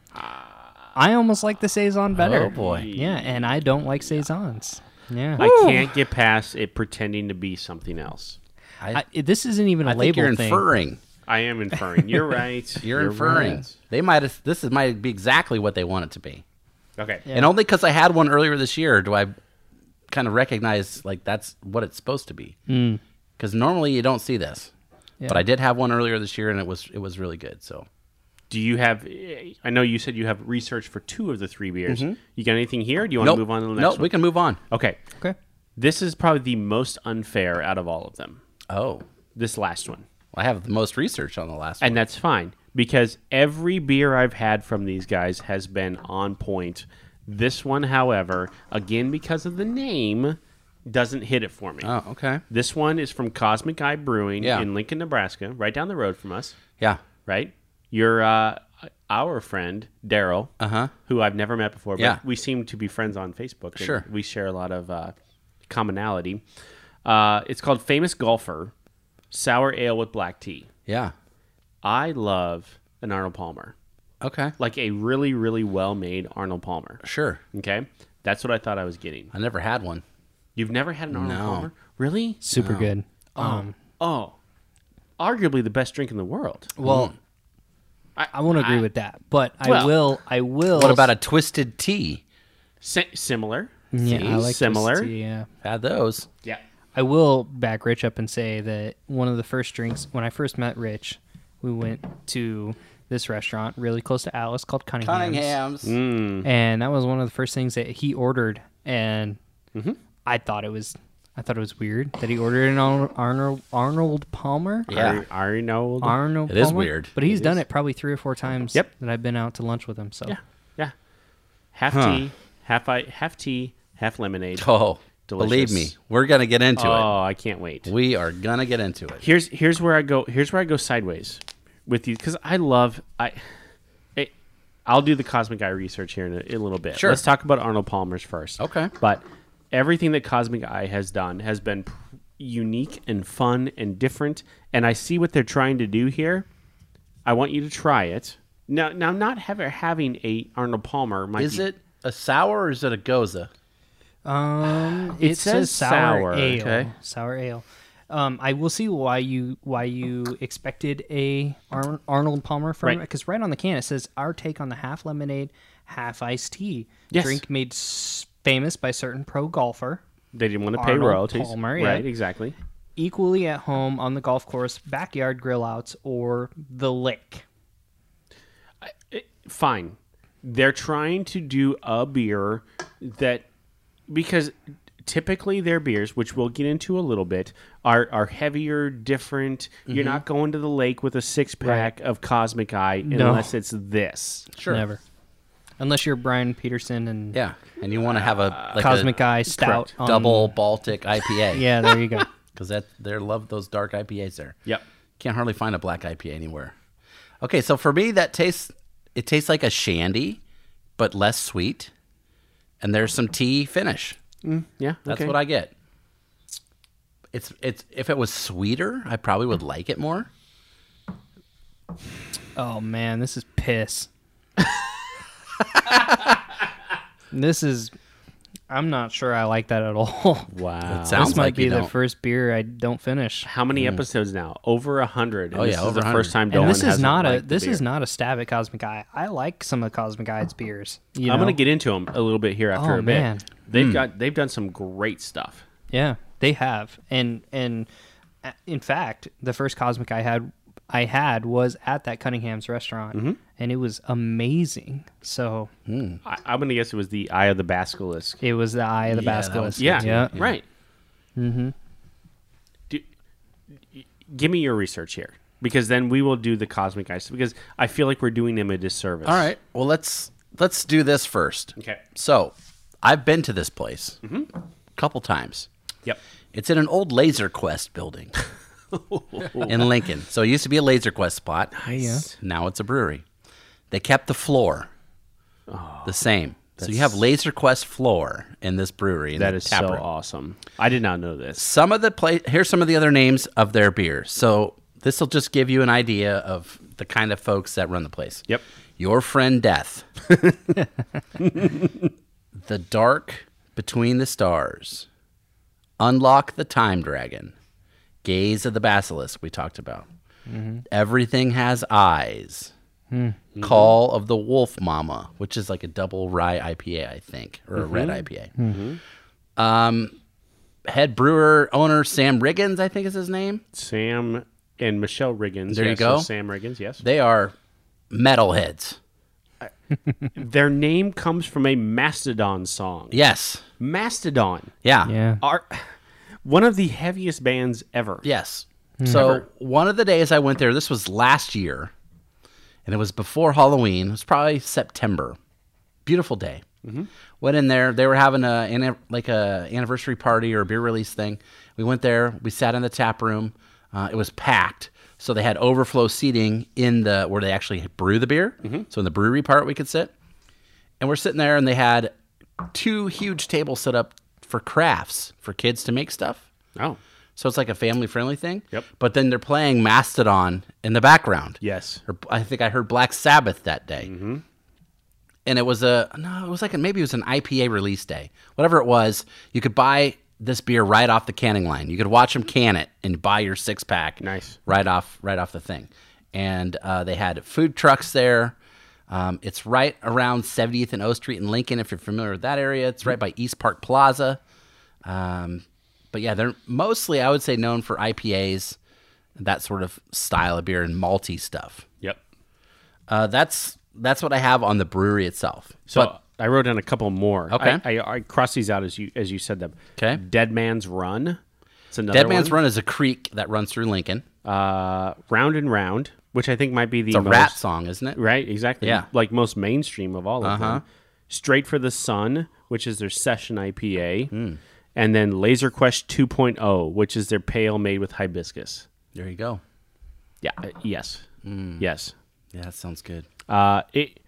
Speaker 3: I almost like the saison better.
Speaker 2: Oh, boy.
Speaker 3: Yeah, and I don't like saisons. Yeah.
Speaker 1: I can't get past it pretending to be something else.
Speaker 3: I, this isn't even a
Speaker 2: I
Speaker 3: label
Speaker 2: think you're
Speaker 3: thing.
Speaker 2: inferring.
Speaker 1: I am inferring. You're right.
Speaker 2: You're, inferring.
Speaker 1: right.
Speaker 2: They might. have- This is might be exactly what they want it to be.
Speaker 1: Okay.
Speaker 2: And only because I had one earlier this year do I kind of recognize like that's what it's supposed to be. Because normally you don't see this, but I did have one earlier this year, and it was it was really good. So
Speaker 1: Do you have? I know you said you have research for two of the three beers. You got anything here? Do you want
Speaker 2: Mm-hmm. Nope.
Speaker 1: to move on to the next
Speaker 2: Nope,
Speaker 1: one?
Speaker 2: we can move on.
Speaker 1: Okay.
Speaker 3: Okay.
Speaker 1: This is probably the most unfair out of all of them.
Speaker 2: Oh,
Speaker 1: This last one.
Speaker 2: I have the most research on the last
Speaker 1: And
Speaker 2: one.
Speaker 1: that's fine because every beer I've had from these guys has been on point. This one, however, again because of the name, doesn't hit it for me.
Speaker 2: Oh, okay.
Speaker 1: This one is from Cosmic Eye Brewing
Speaker 2: Yeah.
Speaker 1: in Lincoln, Nebraska, right down the road from us,
Speaker 2: Yeah.
Speaker 1: right? Your uh our friend Daryl,
Speaker 2: Uh-huh.
Speaker 1: who I've never met before, but
Speaker 2: Yeah.
Speaker 1: we seem to be friends on Facebook. and
Speaker 2: Sure.
Speaker 1: we share a lot of uh, commonality. Uh, it's called Famous Golfer, sour ale with black tea.
Speaker 2: Yeah.
Speaker 1: I love an Arnold Palmer,
Speaker 2: Okay.
Speaker 1: like a really, really well made Arnold Palmer.
Speaker 2: Sure.
Speaker 1: Okay, that's what I thought I was getting.
Speaker 2: I never had one.
Speaker 1: You've never had an Arnold
Speaker 2: No.
Speaker 1: Palmer, really?
Speaker 3: Super good. Um,
Speaker 1: Oh, arguably the best drink in the world.
Speaker 2: Hmm.
Speaker 3: well, I, I won't agree with that, but I
Speaker 1: Well-
Speaker 3: will. I will.
Speaker 2: What about a twisted tea?
Speaker 1: Si- similar.
Speaker 3: Yeah, I like this
Speaker 1: similar.
Speaker 3: tea, yeah.
Speaker 2: Had those.
Speaker 1: Yeah.
Speaker 3: I will back Rich up and say that one of the first drinks when I first met Rich, we went to this restaurant really close to Alice called Cunningham's,
Speaker 2: Cunningham's.
Speaker 3: and that was one of the first things that he ordered, and I thought it was I thought it was weird that he ordered an Arnold Arnold, Arnold Palmer.
Speaker 2: Yeah.
Speaker 1: Ar- Arnold.
Speaker 3: Arnold.
Speaker 2: It is
Speaker 3: Palmer?
Speaker 2: weird.
Speaker 3: but he's done it probably three or four times.
Speaker 1: Yep.
Speaker 3: that I've been out to lunch with him. So
Speaker 1: yeah. Yeah. Half tea, half I, half tea, half lemonade.
Speaker 2: Oh, believe
Speaker 1: Delicious.
Speaker 2: me, we're gonna get into
Speaker 1: Oh, I can't wait.
Speaker 2: it. We are gonna get into it.
Speaker 1: here's here's where I go. Here's where I go sideways with you because I love I. I- I'll do the Cosmic Eye research here in a, in a little bit.
Speaker 2: Sure.
Speaker 1: Let's talk about Arnold Palmer's first.
Speaker 2: Okay.
Speaker 1: But everything that Cosmic Eye has done has been pr- unique and fun and different. And I see what they're trying to do here. I want you to try it. Now, now, not have, having a Arnold Palmer might
Speaker 2: Is
Speaker 1: be-
Speaker 2: it a sour or is it a goza?
Speaker 3: Um,
Speaker 1: It
Speaker 3: it,
Speaker 1: says
Speaker 3: says,
Speaker 1: sour,
Speaker 3: sour, ale.
Speaker 2: okay.
Speaker 3: Sour ale. Um, I will see why you why you expected a Ar- Arnold Palmer from
Speaker 1: Right.
Speaker 3: because right. on the can it says our take on the half lemonade, half iced tea
Speaker 1: Yes.
Speaker 3: drink made s- famous by certain pro golfer.
Speaker 1: They didn't want to pay
Speaker 3: Arnold
Speaker 1: royalties.
Speaker 3: Palmer, yeah.
Speaker 1: Right. Exactly.
Speaker 3: Equally at home on the golf course, backyard grill outs, or the lake.
Speaker 1: fine. They're trying to do a beer that because typically their beers, which we'll get into a little bit, are are heavier, different.
Speaker 3: Mm-hmm.
Speaker 1: You're not going to the lake with a six pack of Cosmic Eye
Speaker 3: No.
Speaker 1: unless it's this.
Speaker 2: Sure.
Speaker 3: Never. Unless you're Brian Peterson and
Speaker 2: Yeah, and you want to have a like
Speaker 3: Uh, Cosmic
Speaker 2: a
Speaker 3: Eye Stout. on-
Speaker 2: double Baltic IPA.
Speaker 3: Yeah, there you go.
Speaker 2: because that they love those dark IPAs there.
Speaker 1: Yep.
Speaker 2: Can't hardly find a black IPA anywhere. Okay, so for me, that tastes it tastes like a shandy, but less sweet, and there's some tea finish.
Speaker 1: Yeah,
Speaker 2: That's
Speaker 1: okay.
Speaker 2: what I get. It's it's if it was sweeter, I probably would like it more.
Speaker 3: Oh man, this is piss. this is. I'm not sure I like that at all.
Speaker 1: Wow.
Speaker 2: It
Speaker 3: this
Speaker 2: Uh, sounds
Speaker 3: might
Speaker 2: like
Speaker 3: be
Speaker 2: you
Speaker 3: the
Speaker 2: don't.
Speaker 3: first beer I don't finish.
Speaker 1: How many episodes now? Over a hundred. and
Speaker 2: Oh,
Speaker 1: this
Speaker 2: yeah,
Speaker 1: is
Speaker 2: over
Speaker 1: the
Speaker 2: 100.
Speaker 1: first time.
Speaker 3: And
Speaker 1: Dolan
Speaker 3: this is
Speaker 1: hasn't
Speaker 3: not a
Speaker 1: liked the
Speaker 3: this is
Speaker 1: beer.
Speaker 3: not a stab at Cosmic Eye. I like some of Cosmic Eye's beers. You
Speaker 1: I'm
Speaker 3: know?
Speaker 1: going to get into them a little bit here after
Speaker 3: Oh,
Speaker 1: a bit.
Speaker 3: man.
Speaker 1: They've got they've done some great stuff.
Speaker 3: Yeah, they have, and and uh, in fact, the first Cosmic I had I had was at that Cunningham's restaurant,
Speaker 1: Mm-hmm.
Speaker 3: and it was amazing. So
Speaker 1: I, I'm going to guess it was the Eye of the Basilisk.
Speaker 3: it was the Eye of the
Speaker 2: Yeah, that was
Speaker 3: Basilisk.
Speaker 1: Yeah.
Speaker 3: yeah,
Speaker 1: Right. Mm-hmm. Do, y- give me your research here, because then we will do the cosmic ice. Because I feel like we're doing them a disservice.
Speaker 2: All right, well let's let's do this first.
Speaker 1: Okay.
Speaker 2: So, I've been to this place a couple times.
Speaker 1: Yep.
Speaker 2: It's in an old Laser Quest building in Lincoln. So it used to be a Laser Quest spot.
Speaker 3: Nice.
Speaker 2: Now it's a brewery. They kept the floor
Speaker 1: Oh.
Speaker 2: the same. So you have Laser Quest floor in this brewery. In
Speaker 1: That
Speaker 2: the
Speaker 1: is
Speaker 2: tap
Speaker 1: so
Speaker 2: room.
Speaker 1: awesome. I did not know this.
Speaker 2: Some of the pla here's some of the other names of their beers. So this will just give you an idea of the kind of folks that run the place.
Speaker 1: Yep.
Speaker 2: Your friend Death. the Dark Between the Stars. Unlock the Time Dragon. gaze of the basilisk we talked about. Everything has eyes. Call of the Wolf Mama, which is like a double rye IPA, I think, or a red IPA. Um, head brewer owner Sam Riggins, I think is his name.
Speaker 1: Sam and Michelle Riggins.
Speaker 2: There you
Speaker 1: yes, so
Speaker 2: go.
Speaker 1: Sam Riggins. Yes.
Speaker 2: They are metalheads.
Speaker 1: Their name comes from a Mastodon song.
Speaker 2: Yes.
Speaker 1: Mastodon
Speaker 2: Yeah.
Speaker 3: Yeah.
Speaker 1: are one of the heaviest bands ever.
Speaker 2: Yes. So one of the days I went there, this was last year, and it was before Halloween. It was probably September. Beautiful day. Went in there. They were having a an- like a anniversary party or a beer release thing. We went there. We sat in the tap room. Uh, it was packed, so they had overflow seating in the where they actually brew the beer. So in the brewery part, we could sit, and we're sitting there, and they had two huge tables set up for crafts for kids to make stuff.
Speaker 1: Oh.
Speaker 2: So it's like a family friendly thing.
Speaker 1: Yep.
Speaker 2: But then they're playing Mastodon in the background.
Speaker 1: Yes.
Speaker 2: Or I think I heard Black Sabbath that day. Mm-hmm. And it was a no, it was like a, maybe it was an IPA release day. Whatever it was, you could buy this beer right off the canning line. You could watch them can it and buy your six pack.
Speaker 1: Nice.
Speaker 2: Right off, right off the thing. And uh, they had food trucks there. Um, it's right around 70th and O Street in Lincoln. If you're familiar with that area, it's right by East Park Plaza. Um, but yeah, they're mostly, I would say, known for IPAs, that sort of style of beer and malty stuff.
Speaker 1: Yep.
Speaker 2: Uh, that's that's what I have on the brewery itself.
Speaker 1: So I wrote down a couple more.
Speaker 2: Okay.
Speaker 1: I, I, I crossed these out as you as you said them.
Speaker 2: 'Kay.
Speaker 1: Dead Man's Run. It's another
Speaker 2: Dead Man's
Speaker 1: one.
Speaker 2: Run is a creek that runs through Lincoln.
Speaker 1: Uh, Round and Round, which I think might be the
Speaker 2: It's a
Speaker 1: most,
Speaker 2: rap song, isn't it?
Speaker 1: Right, exactly.
Speaker 2: Yeah. Uh-huh.
Speaker 1: Like most mainstream of all of them. Straight for the Sun, which is their session IPA.
Speaker 2: Hmm.
Speaker 1: And then Laser Quest 2.0, which is their pale made with hibiscus.
Speaker 2: There you go.
Speaker 1: Yeah. uh, yes.
Speaker 2: Hmm.
Speaker 1: Yes.
Speaker 2: Yeah, that sounds good.
Speaker 1: Uh, it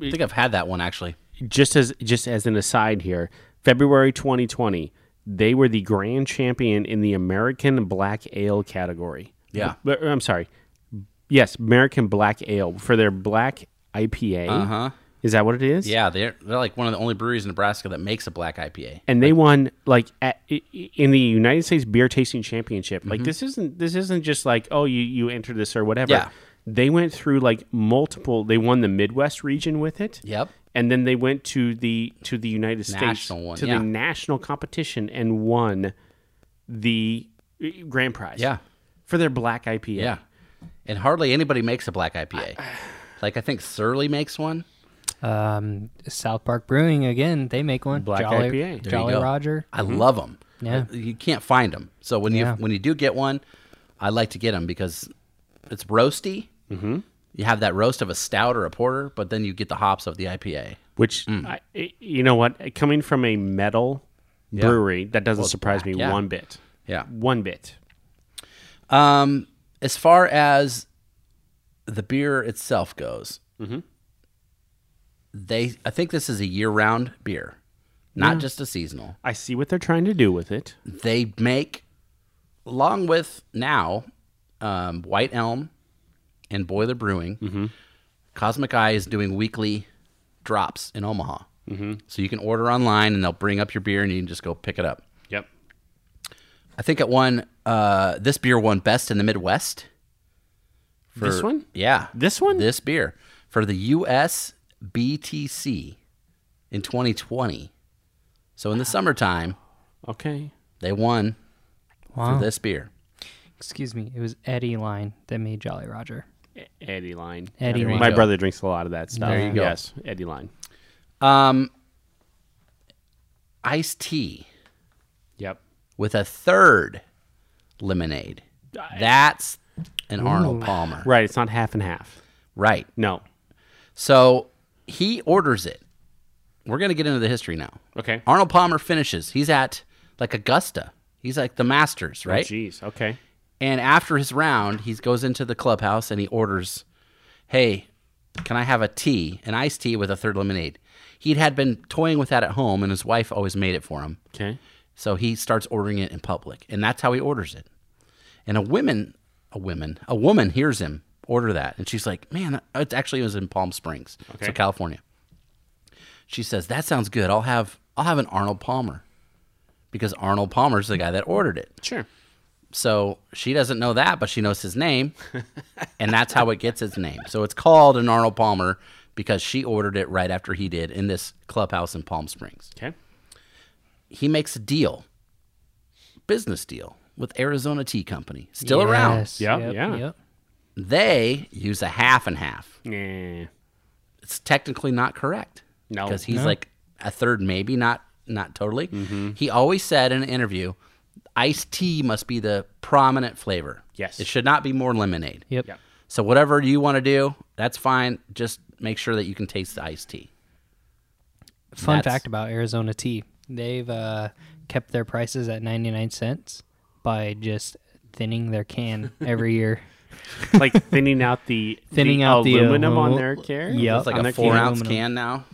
Speaker 2: I think I've had that one actually.
Speaker 1: just as just as an aside here, February 2020, they were the grand champion in the American Black Ale category.
Speaker 2: Yeah.
Speaker 1: But, I'm sorry. Yes, American Black Ale for their black IPA.
Speaker 2: Uh-huh.
Speaker 1: Is that what it is?
Speaker 2: Yeah, they're they're like one of the only breweries in Nebraska that makes a black IPA.
Speaker 1: and they won like at, i- i- in the United States Beer Tasting Championship. Like
Speaker 2: Mm-hmm.
Speaker 1: this isn't this isn't just like oh you you enter this or whatever.
Speaker 2: Yeah.
Speaker 1: They went through like multiple. They won the Midwest region with it.
Speaker 2: Yep.
Speaker 1: And then they went to the to the United
Speaker 2: National
Speaker 1: States
Speaker 2: one,
Speaker 1: to
Speaker 2: yeah.
Speaker 1: the national competition and won the uh, grand prize.
Speaker 2: Yeah.
Speaker 1: For their black IPA.
Speaker 2: Yeah. And hardly anybody makes a black IPA. like I think Surly makes one.
Speaker 3: Um, South Park Brewing again. They make one.
Speaker 1: Black
Speaker 3: Jolly,
Speaker 1: IPA. There you
Speaker 3: Jolly
Speaker 2: go.
Speaker 3: Roger.
Speaker 2: I love 'em. love
Speaker 3: Mm-hmm. Yeah.
Speaker 2: them. You can't find them. So when
Speaker 3: Yeah.
Speaker 2: you when you do get one, I like to get them because it's roasty. Mm-hmm. You have that roast of a stout or a porter, but then you get the hops of the IPA.
Speaker 1: Which
Speaker 2: Mm.
Speaker 1: I, i- you know what? Coming from a metal brewery, that doesn't surprise me
Speaker 2: yeah.
Speaker 1: one bit.
Speaker 2: Yeah.
Speaker 1: One bit.
Speaker 2: Um, as far as the beer itself goes,
Speaker 3: Mm-hmm.
Speaker 2: they I think this is a year round beer, not just a seasonal.
Speaker 1: I see what they're trying to do with it.
Speaker 2: They make along with now um, White Elm and Boiler Brewing.
Speaker 1: Mm-hmm.
Speaker 2: Cosmic Eye is doing weekly drops in Omaha,
Speaker 1: Mm-hmm.
Speaker 2: so you can order online and they'll bring up your beer and you can just go pick it up.
Speaker 1: Yep.
Speaker 2: I think it won. Uh, this beer won best in the Midwest. For,
Speaker 1: This one?
Speaker 2: yeah.
Speaker 1: This one?
Speaker 2: This beer for the U.S. BTC in 2020. So in the summertime,
Speaker 1: Okay.
Speaker 2: they won
Speaker 3: Wow.
Speaker 2: for this beer.
Speaker 3: Excuse me. It was Eddie Line that made Jolly Roger.
Speaker 1: E, Eddie Line.
Speaker 3: Eddie There you Line.
Speaker 1: My
Speaker 2: go.
Speaker 1: brother drinks a lot of that stuff.
Speaker 2: There you go.
Speaker 1: Yes, Eddie Line.
Speaker 2: Um, iced tea
Speaker 1: Yep.
Speaker 2: with a third lemonade. That's an Arnold Palmer,
Speaker 1: Right, it's not half and half.
Speaker 2: right?
Speaker 1: No.
Speaker 2: So he orders it. We're gonna get into the history now.
Speaker 1: Okay.
Speaker 2: Arnold Palmer finishes. He's at like Augusta. He's like the Masters, right?
Speaker 1: Jeez. Okay.
Speaker 2: and after his round, he goes into the clubhouse and he orders, "Hey, can I have a tea, an iced tea with a third lemonade?" He had been toying with that at home, and his wife always made it for him.
Speaker 1: Okay.
Speaker 2: So he starts ordering it in public, and that's how he orders it. And a woman, a woman, a woman hears him order that, and she's like, "Man, it actually was in Palm Springs,
Speaker 1: Okay.
Speaker 2: so California." She says, "That sounds good. I'll have I'll have an Arnold Palmer." Because Arnold Palmer's the guy that ordered it.
Speaker 1: Sure.
Speaker 2: So she doesn't know that, but she knows his name, and that's how it gets its name. So it's called an Arnold Palmer because she ordered it right after he did in this clubhouse in Palm Springs.
Speaker 1: Okay.
Speaker 2: He makes a deal, business deal with Arizona Tea Company, still around.
Speaker 3: Yes,
Speaker 1: Yeah, yeah.
Speaker 2: They use a half and half.
Speaker 1: Nah.
Speaker 2: It's technically not correct.
Speaker 1: No.
Speaker 2: because he's like a third, maybe not not totally.
Speaker 1: Mm-hmm.
Speaker 2: He always said in an interview, iced tea must be the prominent flavor.
Speaker 1: Yes.
Speaker 2: it should not be more lemonade.
Speaker 3: Yep.
Speaker 1: Yep.
Speaker 2: So whatever you want to do, that's fine. Just make sure that you can taste the iced tea.
Speaker 3: Fun
Speaker 2: That's-
Speaker 3: fact about Arizona tea: they've uh, kept their prices at ninety nine cents by just thinning their can every year.
Speaker 1: like thinning out the
Speaker 3: Thinning
Speaker 1: the
Speaker 3: out the
Speaker 1: aluminum on
Speaker 3: alu-
Speaker 1: their carrier.
Speaker 3: Yep.
Speaker 2: It's like
Speaker 1: On
Speaker 2: a
Speaker 1: their
Speaker 2: four
Speaker 1: can.
Speaker 2: ounce
Speaker 3: Aluminum.
Speaker 2: can now.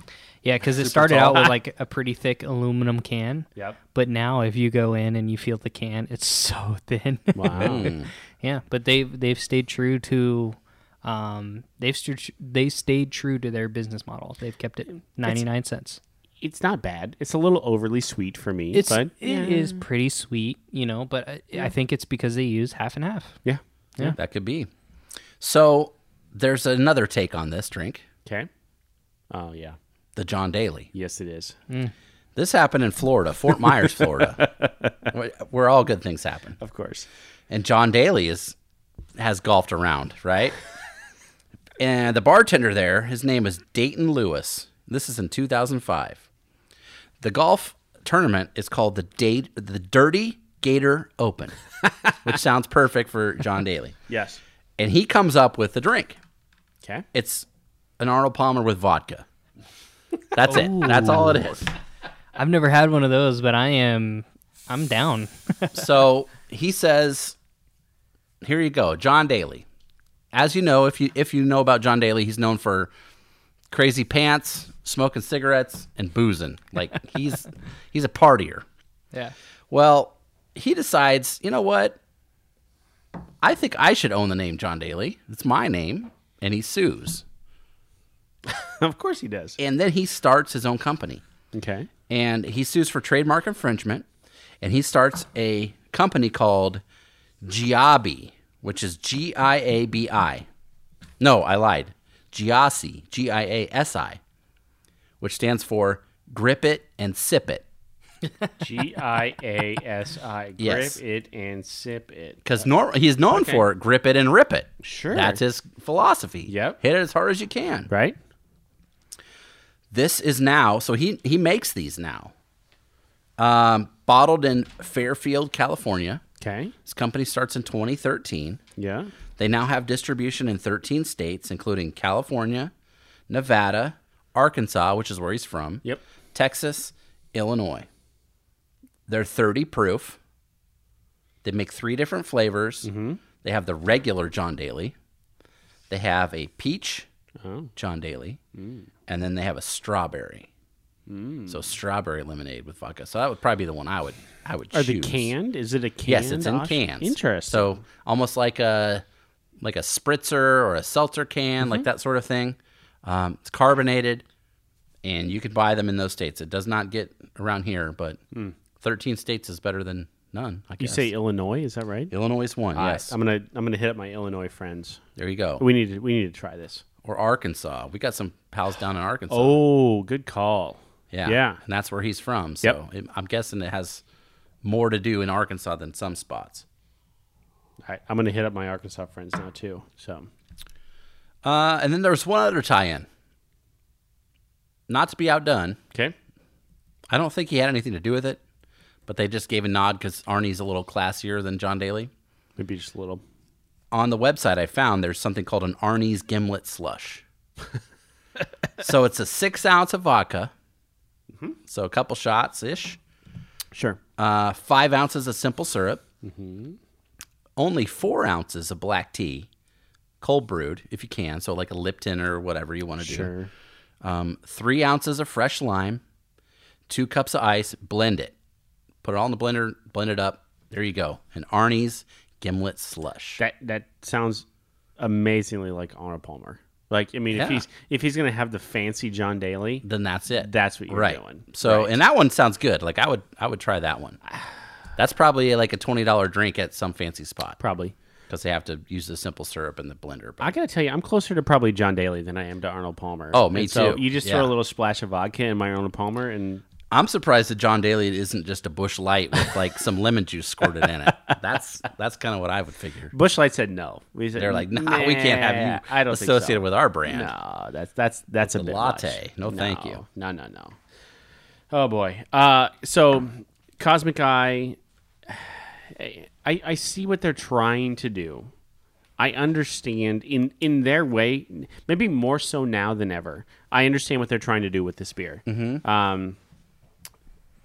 Speaker 3: Yeah, because it started out
Speaker 2: tall.
Speaker 3: with like a pretty thick aluminum can.
Speaker 1: Yep.
Speaker 3: But now, if you go in and you feel the can, it's so thin.
Speaker 1: Wow.
Speaker 3: yeah, but they've they've stayed true to, um, they've stu- they stayed true to their business model. They've kept it ninety nine cents.
Speaker 1: it's not bad. It's a little overly sweet for me,
Speaker 3: It's
Speaker 1: but
Speaker 3: it is pretty sweet, you know. But I, I think it's because they use half and half.
Speaker 1: yeah.
Speaker 3: Yeah.
Speaker 2: That could be. So there's another take on this drink,
Speaker 1: Okay. Oh yeah.
Speaker 2: the John Daly.
Speaker 1: Yes, it is.
Speaker 2: This happened in Florida, Fort Myers, Florida, where- where all good things happen.
Speaker 1: Of course.
Speaker 2: and John Daly is has golfed around, right? and the bartender there, his name is Dayton Lewis. This is in 2005. The golf tournament is called the date the Dirty Gator Open, which sounds perfect for John Daly.
Speaker 1: Yes.
Speaker 2: And he comes up with the drink.
Speaker 1: Okay.
Speaker 2: It's an Arnold Palmer with vodka. That's it. That's all it is.
Speaker 3: I've never had one of those, but I am I'm down.
Speaker 2: so he says, "Here you go, John Daly." As you know, if you if you know about John Daly, he's known for crazy pants, smoking cigarettes, and boozing. Like he's he's a partier.
Speaker 3: yeah.
Speaker 2: Well, he decides, you know what? I think I should own the name John Daly. It's my name, and he sues.
Speaker 1: of course he does.
Speaker 2: And then he starts his own company.
Speaker 1: Okay.
Speaker 2: and he sues for trademark infringement and he starts a company called Giabi, which is G I A B I. No, I lied. Giasi, G I A S I, which stands for Grip It and Sip It.
Speaker 1: G I A S I.
Speaker 2: Yes.
Speaker 1: Grip it and sip it.
Speaker 2: Because nor- he's known for grip it and rip it.
Speaker 1: Sure.
Speaker 2: That's his philosophy.
Speaker 1: Yep.
Speaker 2: Hit it as hard as you can.
Speaker 1: Right.
Speaker 2: This is now, so he, he makes these now. Um, bottled in Fairfield, California.
Speaker 1: Okay.
Speaker 2: This company starts in 2013.
Speaker 1: Yeah.
Speaker 2: They now have distribution in 13 states, including California, Nevada, Arkansas, which is where he's from,
Speaker 1: Yep.
Speaker 2: Texas, Illinois. They're 30 proof. They make three different flavors. They have the regular John Daly, they have a peach
Speaker 1: Oh.
Speaker 2: John Daly, and then they have a strawberry. So strawberry lemonade with vodka. So that would probably be the one I would I would
Speaker 1: Are they
Speaker 2: choose.
Speaker 1: canned? Is it a can?
Speaker 2: Yes, it's in
Speaker 1: option?
Speaker 2: cans.
Speaker 1: Interesting.
Speaker 2: So almost like a like a spritzer or a seltzer can,
Speaker 1: Mm-hmm.
Speaker 2: like that sort of thing. Um, it's carbonated, and you could buy them in those states. It does not get around here, but 13 states is better than none. I
Speaker 1: Hmm. you
Speaker 2: guess.
Speaker 1: say Illinois? Is that right?
Speaker 2: Illinois is one. yes,
Speaker 1: I'm gonna I'm gonna hit up my Illinois friends.
Speaker 2: there you go.
Speaker 1: We need to we need to try this.
Speaker 2: or Arkansas. We got some pals down in Arkansas.
Speaker 1: Oh, good call.
Speaker 2: yeah,
Speaker 1: Yeah.
Speaker 2: and that's where he's from. So it, I'm guessing it has more to do in Arkansas than some spots.
Speaker 1: I, I'm gonna hit up my Arkansas friends now too. So
Speaker 2: Uh, and then there's one other tie-in. Not to be outdone,
Speaker 1: okay,
Speaker 2: I don't think he had anything to do with it, but they just gave a nod because Arnie's a little classier than John Daly.
Speaker 1: maybe just a little.
Speaker 2: On the website, I found there's something called an Arnie's Gimlet Slush. so it's a six ounce of vodka, so a couple shots ish,
Speaker 1: Sure.
Speaker 2: uh, five ounces of simple syrup, only four ounces of black tea, cold brewed if you can, so like a Lipton or whatever you want to do.
Speaker 1: Sure.
Speaker 2: um, three ounces of fresh lime, two cups of ice, blend it. Put it all in the blender, blend it up. There you go. An Arnie's Gimlet Slush.
Speaker 1: That that sounds amazingly like Arnold Palmer. Like I mean, if
Speaker 2: Yeah.
Speaker 1: he's if he's gonna have the fancy John Daly,
Speaker 2: then that's it.
Speaker 1: that's what you're
Speaker 2: right.
Speaker 1: doing.
Speaker 2: So,
Speaker 1: Right.
Speaker 2: and that one sounds good. Like I would, I would try that one. That's probably like a twenty dollar drink at some fancy spot
Speaker 1: Probably.
Speaker 2: because they have to use the simple syrup in the blender. But
Speaker 1: I gotta tell you, I'm closer to probably John Daly than I am to Arnold Palmer.
Speaker 2: Oh, me
Speaker 1: And so
Speaker 2: too.
Speaker 1: You just
Speaker 2: Yeah.
Speaker 1: throw a little splash of vodka in my Arnold Palmer, and
Speaker 2: I'm surprised that John Daly isn't just a bush light with like some lemon juice squirted in it. That's that's kind of what I would figure.
Speaker 1: Bushlight said no. We said,
Speaker 2: They're like, nah, we can't have you
Speaker 1: I don't
Speaker 2: associated
Speaker 1: think so.
Speaker 2: with our brand.
Speaker 1: No, that's that's that's a
Speaker 2: the
Speaker 1: bit
Speaker 2: latte.
Speaker 1: much.
Speaker 2: No, thank you.
Speaker 1: No, no, no. Oh boy. Uh, so Cosmic Eye, I I see what they're trying to do. I understand in in their way, maybe more so now than ever. I understand what they're trying to do with this beer. Mm-hmm. Um,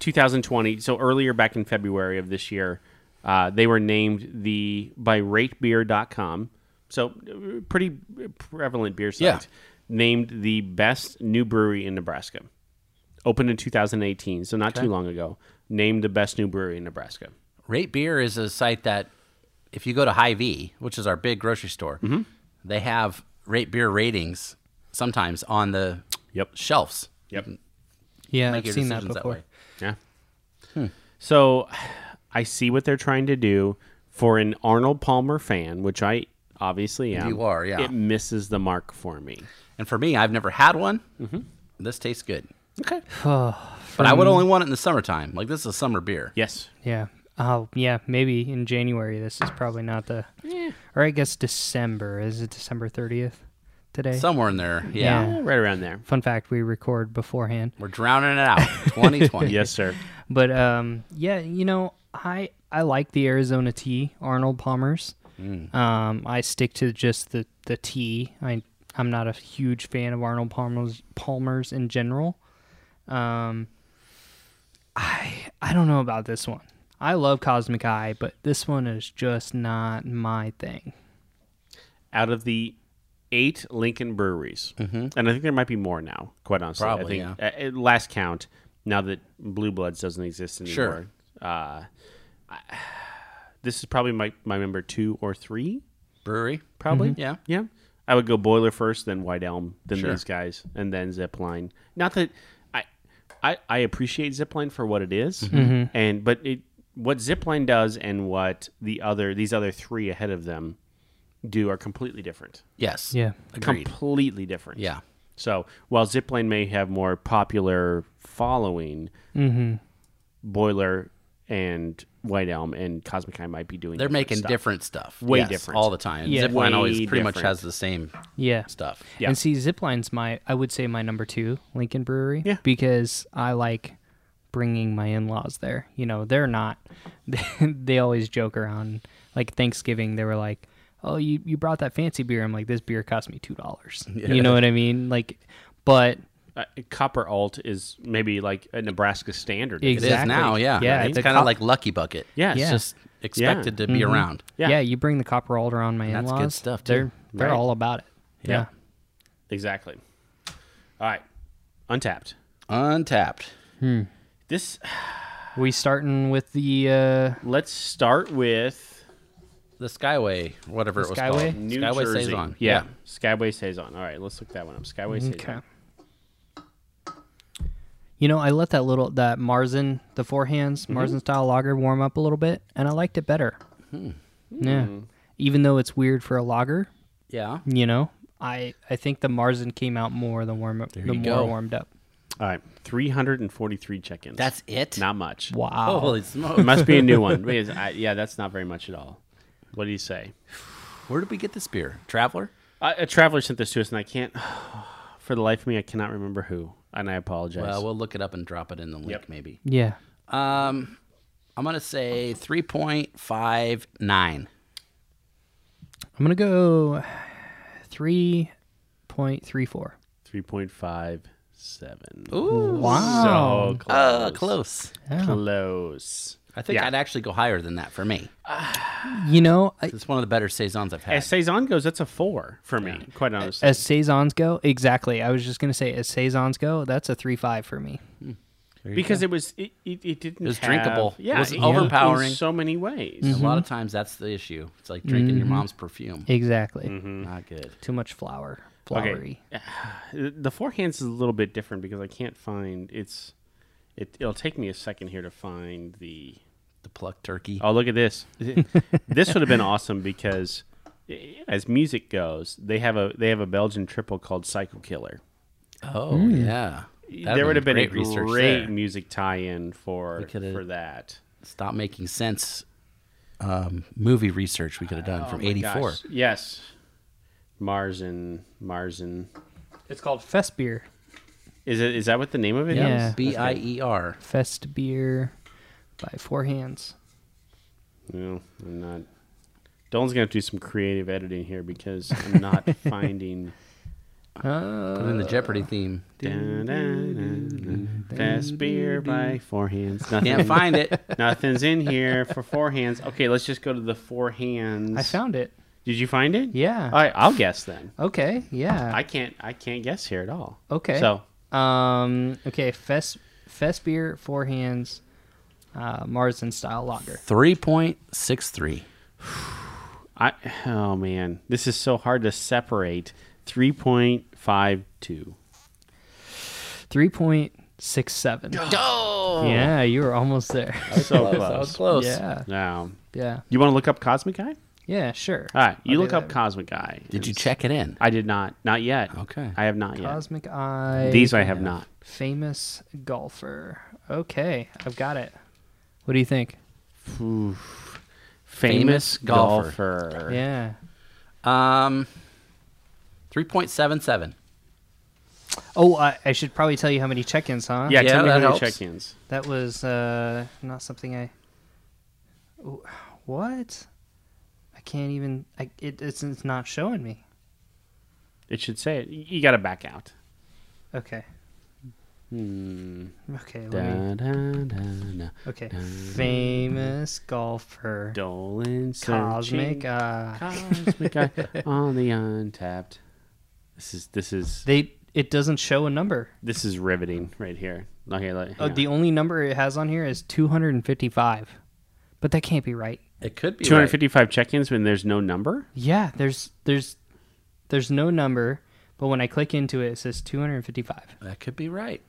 Speaker 1: 2020. So earlier back in February of this year, uh, they were named the by ratebeer.com. So uh, pretty prevalent beer site.
Speaker 2: Yeah.
Speaker 1: Named the best new brewery in Nebraska. Opened in 2018, so not too long ago. Named the best new brewery in Nebraska.
Speaker 2: Rate Beer is a site that, if you go to High V, which is our big grocery store,
Speaker 1: Mm-hmm.
Speaker 2: they have Rate Beer ratings sometimes on the
Speaker 1: Yep.
Speaker 2: shelves. You
Speaker 1: Yep.
Speaker 2: can
Speaker 3: Yeah,
Speaker 2: make
Speaker 3: I've
Speaker 2: your
Speaker 3: seen that
Speaker 2: decisions
Speaker 3: before.
Speaker 2: way.
Speaker 1: Yeah.
Speaker 2: Hmm.
Speaker 1: So I see what they're trying to do for an Arnold Palmer fan, which I obviously am.
Speaker 2: You are, yeah.
Speaker 1: It misses the mark for me.
Speaker 2: And for me, I've never had one.
Speaker 1: Mm-hmm.
Speaker 2: This tastes good,
Speaker 1: Okay.
Speaker 2: but I would only want it in the summertime. Like this is a summer beer.
Speaker 1: Yes.
Speaker 3: Yeah. Oh, yeah. Maybe in January. This is probably not the. Or I guess December. Is it December thirtieth today?
Speaker 2: Somewhere in there, yeah.
Speaker 1: Eh, Right around there.
Speaker 3: Fun fact: we record beforehand.
Speaker 2: We're drowning it out. 2020.
Speaker 1: Yes, sir.
Speaker 3: But um, yeah, you know, I I like the Arizona tea, Arnold Palmer's. Um, I stick to just the the tea. I I'm not a huge fan of Arnold Palmer's Palmer's in general. Um, I I don't know about this one. I love Cosmic Eye, but this one is just not my thing.
Speaker 1: Out of the eight Lincoln breweries, and I think there might be more now. Quite honestly,
Speaker 2: Mm-hmm. Probably,
Speaker 1: I think uh, at last count. Now that Blue Bloods doesn't exist anymore, uh, I- this is probably my my number two or three.
Speaker 2: Brewery. Mm-hmm.
Speaker 1: Probably,
Speaker 2: Yeah.
Speaker 1: yeah. I would go Boiler first, then White Elm, then
Speaker 2: Sure.
Speaker 1: these guys, and then Zipline. Not that I, I, I appreciate Zipline for what it is,
Speaker 2: Mm-hmm.
Speaker 1: and but it what Zipline does and what the other these other three ahead of them do are completely different.
Speaker 2: Yes.
Speaker 3: Yeah.
Speaker 2: Agreed.
Speaker 1: Completely different.
Speaker 2: Yeah.
Speaker 1: So while Zipline may have more popular following,
Speaker 2: Mm-hmm.
Speaker 1: Boiler and White Elm and Cosmic Eye might be doing.
Speaker 2: They're
Speaker 1: different
Speaker 2: making
Speaker 1: stuff.
Speaker 2: different stuff.
Speaker 1: Way
Speaker 2: Yes,
Speaker 1: different.
Speaker 2: All the time.
Speaker 3: Yeah.
Speaker 2: Zipline always
Speaker 1: Way
Speaker 2: pretty much
Speaker 1: different.
Speaker 2: has the same
Speaker 3: Yeah.
Speaker 2: stuff.
Speaker 1: Yeah.
Speaker 3: And see, Zipline's my, I would say my number two, Lincoln Brewery.
Speaker 1: Yeah.
Speaker 3: Because I like bringing my in laws there. You know, they're not, they, they always joke around. Like Thanksgiving, they were like, oh, you, you brought that fancy beer. I'm like, this beer cost me $2. You know what I mean? Like, but
Speaker 1: uh, copper alt is maybe like a Nebraska standard.
Speaker 2: It is
Speaker 3: Exactly.
Speaker 2: now. Yeah.
Speaker 3: Yeah,
Speaker 2: It's
Speaker 3: the
Speaker 2: kind of
Speaker 3: cop-
Speaker 2: like Lucky Bucket. Mm-hmm.
Speaker 1: Yeah,
Speaker 2: It's
Speaker 1: yeah.
Speaker 2: just expected to be around.
Speaker 1: Yeah.
Speaker 3: yeah. you bring the copper alder on my in
Speaker 2: That's
Speaker 3: laws.
Speaker 2: good stuff, too.
Speaker 3: They're, they're
Speaker 1: Right.
Speaker 3: all about it. Yeah.
Speaker 1: Exactly. All right. Untapped.
Speaker 2: Untapped.
Speaker 1: This
Speaker 3: We starting with the, uh,
Speaker 1: let's start with
Speaker 2: The Skyway, whatever it was
Speaker 3: Skyway?
Speaker 2: called.
Speaker 1: New
Speaker 2: Skyway
Speaker 1: Jersey.
Speaker 2: Saison.
Speaker 1: Yeah. Skyway Saison. All right, let's look that one up. Skyway Saison.
Speaker 3: okay. You know, I let that little that Marzen, the four hands
Speaker 2: Mm-hmm.
Speaker 3: Marzen style lager warm up a little bit, and I liked it better.
Speaker 2: Hmm.
Speaker 3: Yeah, even though it's weird for a lager,
Speaker 2: Yeah.
Speaker 3: you know, I I think the Marzen came out more the warm up, the more
Speaker 2: you go.
Speaker 3: warmed up.
Speaker 1: All right. 343 check-ins.
Speaker 2: That's it.
Speaker 1: not much.
Speaker 2: Oh.
Speaker 3: Wow,
Speaker 2: Holy
Speaker 1: It
Speaker 2: smokes.
Speaker 1: must be a new one. Because I- yeah, that's not very much at all. What do you say?
Speaker 2: Where did we get this beer? Traveler?
Speaker 1: I, a traveler sent this to us and I can't for the life of me I cannot remember who and I apologize.
Speaker 2: Well, we'll look it up and drop it in the link
Speaker 1: Yep.
Speaker 2: maybe.
Speaker 3: yeah,
Speaker 2: Um, I'm going to say 3.59.
Speaker 3: I'm gonna go three point three four.
Speaker 1: 3.57.
Speaker 2: Ooh.
Speaker 3: Wow,
Speaker 1: So close.
Speaker 2: Uh, close.
Speaker 1: Close.
Speaker 2: I think
Speaker 1: Yeah.
Speaker 2: I'd actually go higher than that for me.
Speaker 3: you know, I,
Speaker 2: It's one of the better saisons I've had.
Speaker 1: As saison goes, that's a four for me. Quite honestly,
Speaker 3: as saisons go, exactly. I was just gonna say, as saisons go, that's a three five for me.
Speaker 1: because it was it, it, it didn't
Speaker 2: was
Speaker 1: have-
Speaker 2: drinkable. It
Speaker 1: Yeah,
Speaker 2: wasn't overpowering.
Speaker 1: in so many ways.
Speaker 2: A lot of times that's the issue. It's like drinking
Speaker 1: Mm-hmm.
Speaker 2: your mom's perfume.
Speaker 3: Exactly.
Speaker 2: Mm-hmm. Not good.
Speaker 3: Too much flour. Flowery.
Speaker 1: The four hands is a little bit different because I can't find it's. It, it'll take me a second here to find the
Speaker 2: The pluck turkey.
Speaker 1: Oh, look at this. this would have been awesome because eh, as music goes, they have a they have a Belgian triple called Psycho Killer.
Speaker 2: Oh
Speaker 1: Mm.
Speaker 2: yeah, That'd
Speaker 1: there would have been a
Speaker 2: research
Speaker 1: great
Speaker 2: there.
Speaker 1: music tie-in for
Speaker 2: could've-
Speaker 1: for that.
Speaker 2: Stop making sense. Um, movie research we could have done from
Speaker 1: Oh My
Speaker 2: '84.
Speaker 1: gosh, Yes. Mars and Mars and
Speaker 3: It's called Fest Beer.
Speaker 1: is it is that what the name of it is?
Speaker 3: Yeah. That's
Speaker 2: B I E R.
Speaker 3: Fest Beer by Four Hands.
Speaker 1: No, I'm not. Dolan's gonna have to do some creative editing here because I'm not finding.
Speaker 3: Uh,
Speaker 2: Put in the Jeopardy theme.
Speaker 1: Dun, dun, dun, dun. Fast beer by four hands.
Speaker 2: Can't
Speaker 1: Nothing,
Speaker 2: find it.
Speaker 1: nothing's in here for four hands. Okay, let's just go to the four hands.
Speaker 3: I found it.
Speaker 1: Did you find it?
Speaker 3: Yeah.
Speaker 1: All right, I'll guess then.
Speaker 3: Okay. Yeah.
Speaker 1: I can't. I can't guess here at all.
Speaker 3: okay.
Speaker 1: So
Speaker 3: Um. Okay. Fest Fest Beer Four Hands, uh, Mars and Style Lager.
Speaker 2: Three point six three.
Speaker 1: I. Oh man, this is so hard to separate. Three point five two.
Speaker 3: Three point six seven. Yeah, you were almost there.
Speaker 1: So
Speaker 2: Oh. That
Speaker 1: close.
Speaker 2: was close.
Speaker 3: Yeah.
Speaker 1: Now,
Speaker 3: Yeah.
Speaker 1: you want to look up Cosmic Guy?
Speaker 3: Yeah. Sure.
Speaker 1: All right, you
Speaker 3: I'll
Speaker 1: look
Speaker 3: do
Speaker 1: up
Speaker 3: that.
Speaker 1: Cosmic Eye.
Speaker 2: Did you
Speaker 1: It's-
Speaker 2: check it in?
Speaker 1: I did not. Not yet.
Speaker 2: Okay.
Speaker 1: I have not
Speaker 3: Cosmic Eye.
Speaker 1: yet. These I have not.
Speaker 3: famous golfer. Okay, I've got it. What do you think?
Speaker 1: Famous,
Speaker 2: Famous
Speaker 1: golfer.
Speaker 3: Yeah.
Speaker 2: Um, three point seven seven.
Speaker 3: Oh, I, I should probably tell you how many check-ins, huh?
Speaker 1: Yeah,
Speaker 2: Yeah,
Speaker 1: tell me
Speaker 2: that
Speaker 1: how many
Speaker 2: helps.
Speaker 1: check-ins.
Speaker 3: That was uh, not something I. Ooh, What? I can't even. I, it, it's, it's not showing me.
Speaker 1: It should say it. You got to back out.
Speaker 3: Okay.
Speaker 1: Hmm.
Speaker 3: Okay.
Speaker 1: Da,
Speaker 3: Let me,
Speaker 1: da, da, da.
Speaker 3: okay. Famous golfer.
Speaker 1: Dolan
Speaker 3: Cosmic.
Speaker 1: searching
Speaker 3: Uh,
Speaker 1: Cosmic Eye on the untapped. This is this is
Speaker 3: they. It doesn't show a number.
Speaker 1: this is riveting right here. Okay, like
Speaker 3: Uh, the only number it has on here is 255. But that can't be right.
Speaker 2: It could be
Speaker 1: two hundred fifty-five check-ins when there's no number.
Speaker 3: Yeah, there's there's there's no number, but when I click into it, it says 255.
Speaker 2: Right. That could be right.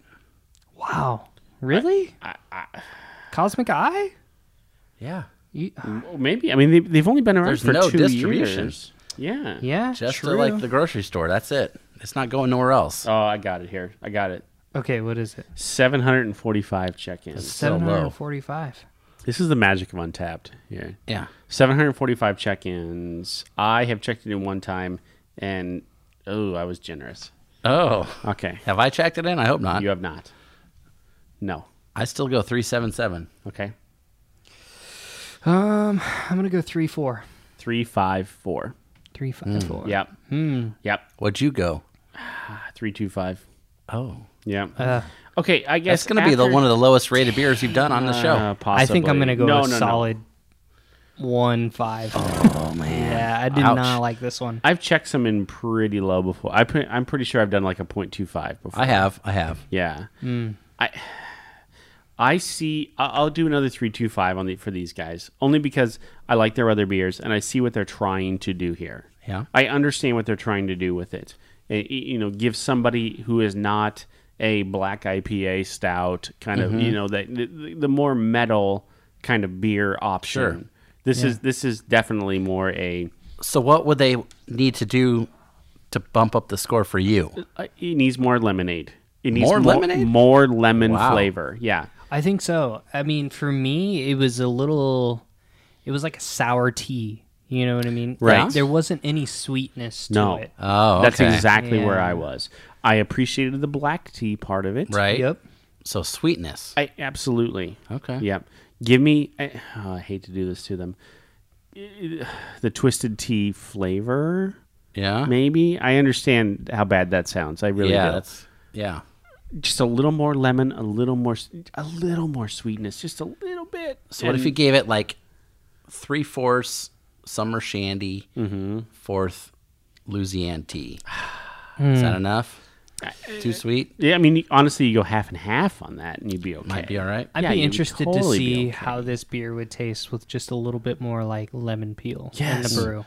Speaker 3: Wow, really? Cosmic Eye?
Speaker 2: Yeah.
Speaker 3: You,
Speaker 2: Mm,
Speaker 1: Well, Oh, maybe I mean they, they've only been around
Speaker 2: There's
Speaker 1: for
Speaker 2: no
Speaker 1: two
Speaker 2: distribution.
Speaker 1: years. Yeah.
Speaker 3: yeah,
Speaker 2: Just to
Speaker 3: true.
Speaker 2: like the grocery store. That's it. It's not going nowhere else.
Speaker 1: Oh, I got it here. I got it.
Speaker 3: okay, what is it?
Speaker 1: 745 check-ins.
Speaker 2: so low.
Speaker 3: 745.
Speaker 1: This is the magic of Untapped. Yeah.
Speaker 2: Yeah.
Speaker 1: 745 check-ins. I have checked it in one time and oh, I was generous.
Speaker 2: Oh.
Speaker 1: Okay.
Speaker 2: Have I checked it in? I hope not.
Speaker 1: You have not. No.
Speaker 2: I still go three seven seven.
Speaker 1: Okay.
Speaker 3: Um, I'm gonna go three four.
Speaker 1: 354.
Speaker 3: Three five
Speaker 2: Mm,
Speaker 3: four.
Speaker 1: Yep. Hmm. Yep. Ah,
Speaker 2: What'd you go?
Speaker 1: 325.
Speaker 2: Oh.
Speaker 1: Yep.
Speaker 3: Uh,
Speaker 1: okay, I guess
Speaker 2: That's going to be the
Speaker 1: after-
Speaker 2: one of the lowest rated beers you've done on the show.
Speaker 1: Uh,
Speaker 3: I think I'm
Speaker 1: possibly.
Speaker 3: gonna go
Speaker 1: No,
Speaker 3: a
Speaker 1: no, no.
Speaker 3: solid one five.
Speaker 2: oh man.
Speaker 3: Yeah, I did
Speaker 2: Ouch.
Speaker 3: not like this one.
Speaker 1: I've checked some in pretty low before. I pre- I'm pretty sure I've done like a 0.25 before.
Speaker 2: I have. I have.
Speaker 1: Yeah. I I see. I- I'll do another three two five on the for these guys only because I like their other beers and I see what they're trying to do here.
Speaker 2: Yeah.
Speaker 1: I understand what they're trying to do with it. I- I- you know, give somebody who is not a black IPA stout kind of
Speaker 2: Mm-hmm.
Speaker 1: you know that the, the more metal kind of beer option.
Speaker 2: Sure.
Speaker 1: This is this is definitely more a.
Speaker 2: So what would they need to do to bump up the score for you?
Speaker 1: uh, It needs more lemonade. It needs
Speaker 2: More lemonade?
Speaker 1: More lemon
Speaker 2: Wow.
Speaker 1: flavor. Yeah.
Speaker 3: I think so. I mean, for me, it was a little, it was like a sour tea. You know what I mean?
Speaker 1: Right.
Speaker 3: Like, there wasn't any sweetness to
Speaker 1: No.
Speaker 3: it.
Speaker 2: Oh,
Speaker 1: That's
Speaker 2: okay.
Speaker 1: exactly where
Speaker 3: Yeah.
Speaker 1: I was. I appreciated the black tea part of it.
Speaker 2: right.
Speaker 3: Yep.
Speaker 2: So sweetness.
Speaker 1: I absolutely.
Speaker 2: Okay.
Speaker 1: Yep. Give me. I, oh, I hate to do this to them. The twisted tea flavor,
Speaker 2: Yeah.
Speaker 1: maybe. I understand how bad that sounds. I really
Speaker 2: yeah.
Speaker 1: do.
Speaker 2: That's yeah.
Speaker 1: Just a little more lemon, a little more, s- a little more sweetness, just a little bit.
Speaker 2: So what if you gave it like three fourths summer shandy, fourth Louisiana tea? Is that enough? Too sweet?
Speaker 1: Yeah, I mean, honestly, you go half and half on that, and you'd be okay.
Speaker 2: Might be all right.
Speaker 3: I'd
Speaker 1: Yeah,
Speaker 3: be
Speaker 1: you'd
Speaker 3: interested
Speaker 1: totally
Speaker 3: to
Speaker 1: be
Speaker 3: see
Speaker 1: okay.
Speaker 3: how this beer would taste with just a little bit more like lemon peel in
Speaker 1: Yes.
Speaker 3: the brew.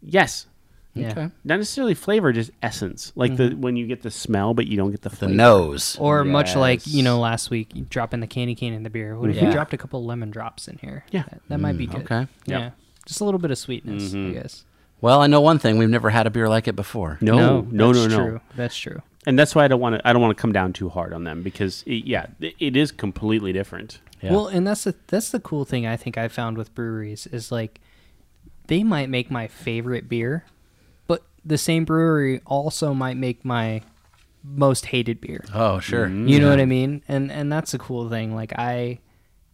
Speaker 1: Yes.
Speaker 3: Yeah.
Speaker 2: Okay.
Speaker 1: Not necessarily flavor, just essence. Like
Speaker 2: Mm-hmm.
Speaker 1: the when you get the smell, but you don't get the
Speaker 4: The
Speaker 1: flavor.
Speaker 4: nose.
Speaker 2: Oh.
Speaker 3: Or much like
Speaker 2: Yes.
Speaker 3: you know last week, you dropping the candy cane in the beer. What if
Speaker 2: Yeah.
Speaker 3: you dropped a couple lemon drops in here?
Speaker 1: Yeah. Mm,
Speaker 3: that, that might be good.
Speaker 2: okay.
Speaker 3: yeah,
Speaker 1: Yeah.
Speaker 3: just a little bit of sweetness,
Speaker 1: Mm-hmm.
Speaker 3: I guess.
Speaker 2: Well, I know one thing. We've never had a beer like it before.
Speaker 1: No, no, no,
Speaker 3: that's
Speaker 1: no.
Speaker 3: True. That's true.
Speaker 1: And that's why I don't want to. I don't want to come down too hard on them because it, yeah, it- it is completely different.
Speaker 2: Yeah.
Speaker 3: Well, and that's the that's the cool thing I think I found with breweries is like they might make my favorite beer, but the same brewery also might make my most hated beer.
Speaker 2: Oh, sure.
Speaker 1: Mm-hmm.
Speaker 3: You know what I mean? And and that's a cool thing. Like I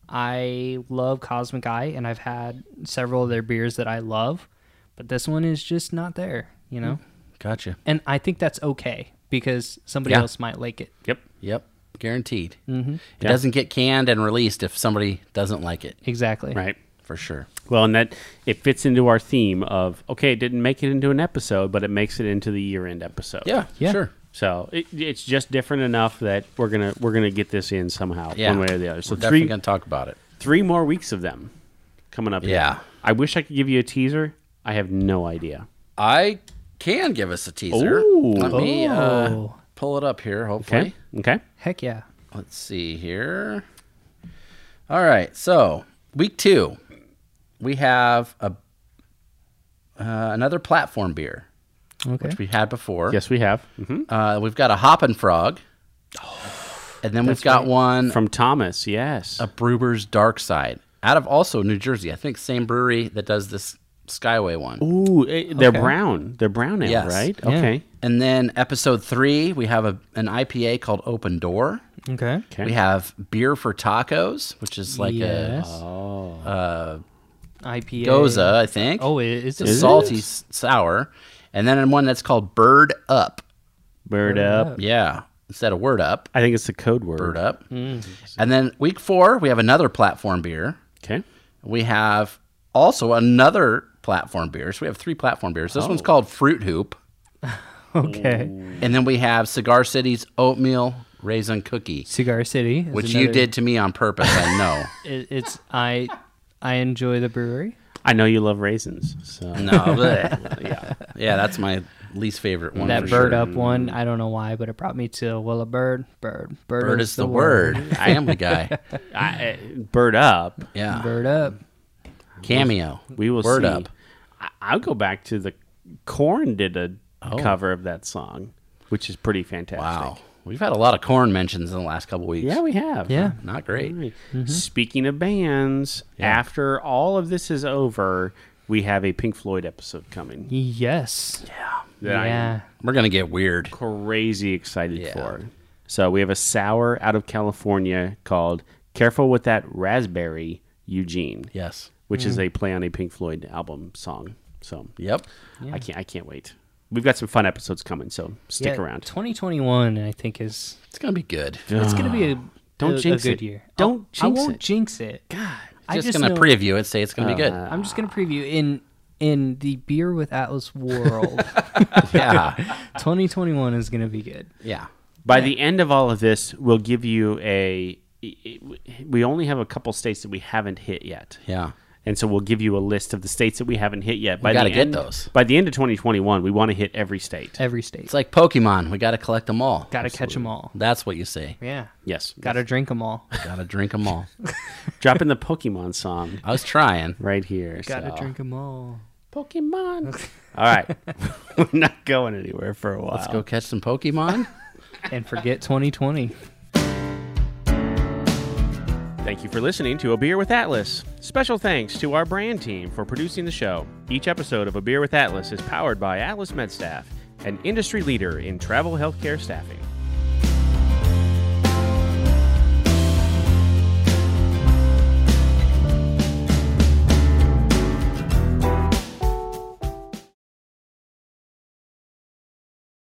Speaker 3: I love Cosmic Eye and I've had several of their beers that I love, but this one is just not there, you
Speaker 2: Hmm.
Speaker 3: know?
Speaker 2: Gotcha.
Speaker 3: And I think that's okay because somebody
Speaker 2: Yeah.
Speaker 3: else might like it.
Speaker 1: Yep.
Speaker 2: Yep. Guaranteed. Mm-hmm. It
Speaker 1: Yeah.
Speaker 2: doesn't get canned and released if somebody doesn't like it,
Speaker 3: Exactly.
Speaker 1: Right.
Speaker 2: for sure.
Speaker 1: Well, and that it fits into our theme of okay, it didn't make it into an episode, but it makes it into the year-end episode.
Speaker 3: Yeah.
Speaker 2: Sure.
Speaker 1: So it, it's just different enough that we're gonna we're gonna get this in somehow,
Speaker 2: Yeah.
Speaker 1: one way or the other. So
Speaker 2: We're definitely
Speaker 1: three
Speaker 2: going to talk about it.
Speaker 1: three more weeks of them coming up. here.
Speaker 2: Yeah.
Speaker 1: I wish I could give you a teaser. I have no idea.
Speaker 2: I can give us a teaser.
Speaker 1: Ooh.
Speaker 2: Let me uh,
Speaker 3: Oh.
Speaker 2: pull it up here, hopefully.
Speaker 1: Okay. Okay.
Speaker 3: Heck yeah.
Speaker 2: Let's see here. All right. So, week two, we have a uh, another platform beer,
Speaker 3: Okay.
Speaker 2: which we had before.
Speaker 1: Yes, we have hmm
Speaker 2: Uh, we've got a Hoppin' Frog.
Speaker 3: Oh,
Speaker 2: And then we've got one
Speaker 1: from Thomas. Yes.
Speaker 2: a Brewer's Dark Side out of also New Jersey. I think same brewery that does this Skyway one.
Speaker 1: Ooh, eh, they're
Speaker 3: Okay.
Speaker 1: brown. They're brown ale,
Speaker 2: Yes.
Speaker 1: right?
Speaker 3: Yeah.
Speaker 1: Okay.
Speaker 2: And then episode three, we have a, an IPA called Open Door.
Speaker 3: Okay.
Speaker 1: Okay.
Speaker 2: We have beer for tacos, which is like uh,
Speaker 3: yes.
Speaker 2: a
Speaker 3: Oh. Uh, IPA.
Speaker 2: goza, I think.
Speaker 3: Oh, it is it
Speaker 2: It's salty s- sour. And then one that's called Bird Up.
Speaker 1: Bird up.
Speaker 2: Yeah, instead of Word Up,
Speaker 1: I think it's the code word.
Speaker 2: Bird Up.
Speaker 3: Mm.
Speaker 2: And then week four, we have another platform beer.
Speaker 1: Okay.
Speaker 2: We have also another platform beer. So we have three platform beers. This one's called Fruit Hoop.
Speaker 3: Okay.
Speaker 2: And then we have Cigar City's Oatmeal Raisin Cookie,
Speaker 3: Cigar City, is
Speaker 2: which you
Speaker 3: another-
Speaker 2: did to me on purpose, I know.
Speaker 3: It, it's I, I enjoy the brewery.
Speaker 1: I know you love raisins, so
Speaker 2: No, bleh. yeah. Yeah, that's my least favorite one.
Speaker 3: that
Speaker 2: for
Speaker 3: bird
Speaker 2: sure.
Speaker 3: up one, I don't know why, but it brought me to well a bird, bird, bird,
Speaker 2: Bird is the word. Family Guy.
Speaker 1: I, eh, bird up.
Speaker 2: Yeah.
Speaker 3: Bird up.
Speaker 2: Cameo.
Speaker 1: We will
Speaker 2: Word
Speaker 1: see.
Speaker 2: up.
Speaker 1: I, I'll go back to the Corn did a cover of that song, which is pretty fantastic.
Speaker 2: Wow. We've had a lot of corn mentions in the last couple weeks.
Speaker 1: Yeah, we have.
Speaker 3: Yeah.
Speaker 2: Not great.
Speaker 1: All right. Speaking of bands, after all of this is over, we have a Pink Floyd episode coming
Speaker 3: Yes.
Speaker 1: that I'm
Speaker 3: Yeah.
Speaker 2: We're going to get weird.
Speaker 1: crazy excited
Speaker 2: Yeah.
Speaker 1: for. So we have a sour out of California called "Careful with That Raspberry, Eugene,"
Speaker 2: Yes.
Speaker 1: which is a play on a Pink Floyd album song. So
Speaker 2: Yep.
Speaker 1: I can't I can't wait. We've got some fun episodes coming, so stick
Speaker 3: Yeah,
Speaker 1: around.
Speaker 3: 2021, I think is
Speaker 2: It's going to be good.
Speaker 3: it's gonna be a
Speaker 1: Don't
Speaker 3: a- a
Speaker 1: jinx
Speaker 3: good
Speaker 1: it.
Speaker 3: year. Oh,
Speaker 1: Don't
Speaker 3: I
Speaker 1: jinx
Speaker 3: won't
Speaker 1: it.
Speaker 3: jinx it. God, I
Speaker 2: just,
Speaker 3: just
Speaker 2: going
Speaker 3: know-
Speaker 2: to preview it, say it's going to be good.
Speaker 3: I'm just gonna preview in in the beer with Atlas world.
Speaker 2: yeah.
Speaker 3: 2021 is gonna be good.
Speaker 2: Yeah.
Speaker 1: By the end of all of this, we'll give you a. We only have a couple states that we haven't hit yet.
Speaker 2: Yeah.
Speaker 1: And so we'll give you a list of the states that we haven't hit yet. By
Speaker 2: gotta
Speaker 1: the
Speaker 2: get
Speaker 1: end,
Speaker 2: those.
Speaker 1: By the end of 2021, we want to hit every state.
Speaker 3: Every state
Speaker 2: It's like Pokemon. We got to collect them all.
Speaker 3: gotta 'em catch them all.
Speaker 2: That's what you say.
Speaker 3: Yeah,
Speaker 1: Yes.
Speaker 3: gotta drink them all.
Speaker 2: Gotta drink them all.
Speaker 1: Dropping the Pokemon song
Speaker 2: I was trying.
Speaker 1: right here.
Speaker 3: Gotta
Speaker 1: so.
Speaker 3: drink them all.
Speaker 1: Pokemon. all right. We're not going anywhere for a while.
Speaker 2: Let's go catch some Pokemon.
Speaker 3: and forget 2020.
Speaker 1: Thank you for listening to A Beer with Atlas. Special thanks to our brand team for producing the show. Each episode of A Beer with Atlas is powered by Atlas MedStaff, an industry leader in travel healthcare staffing.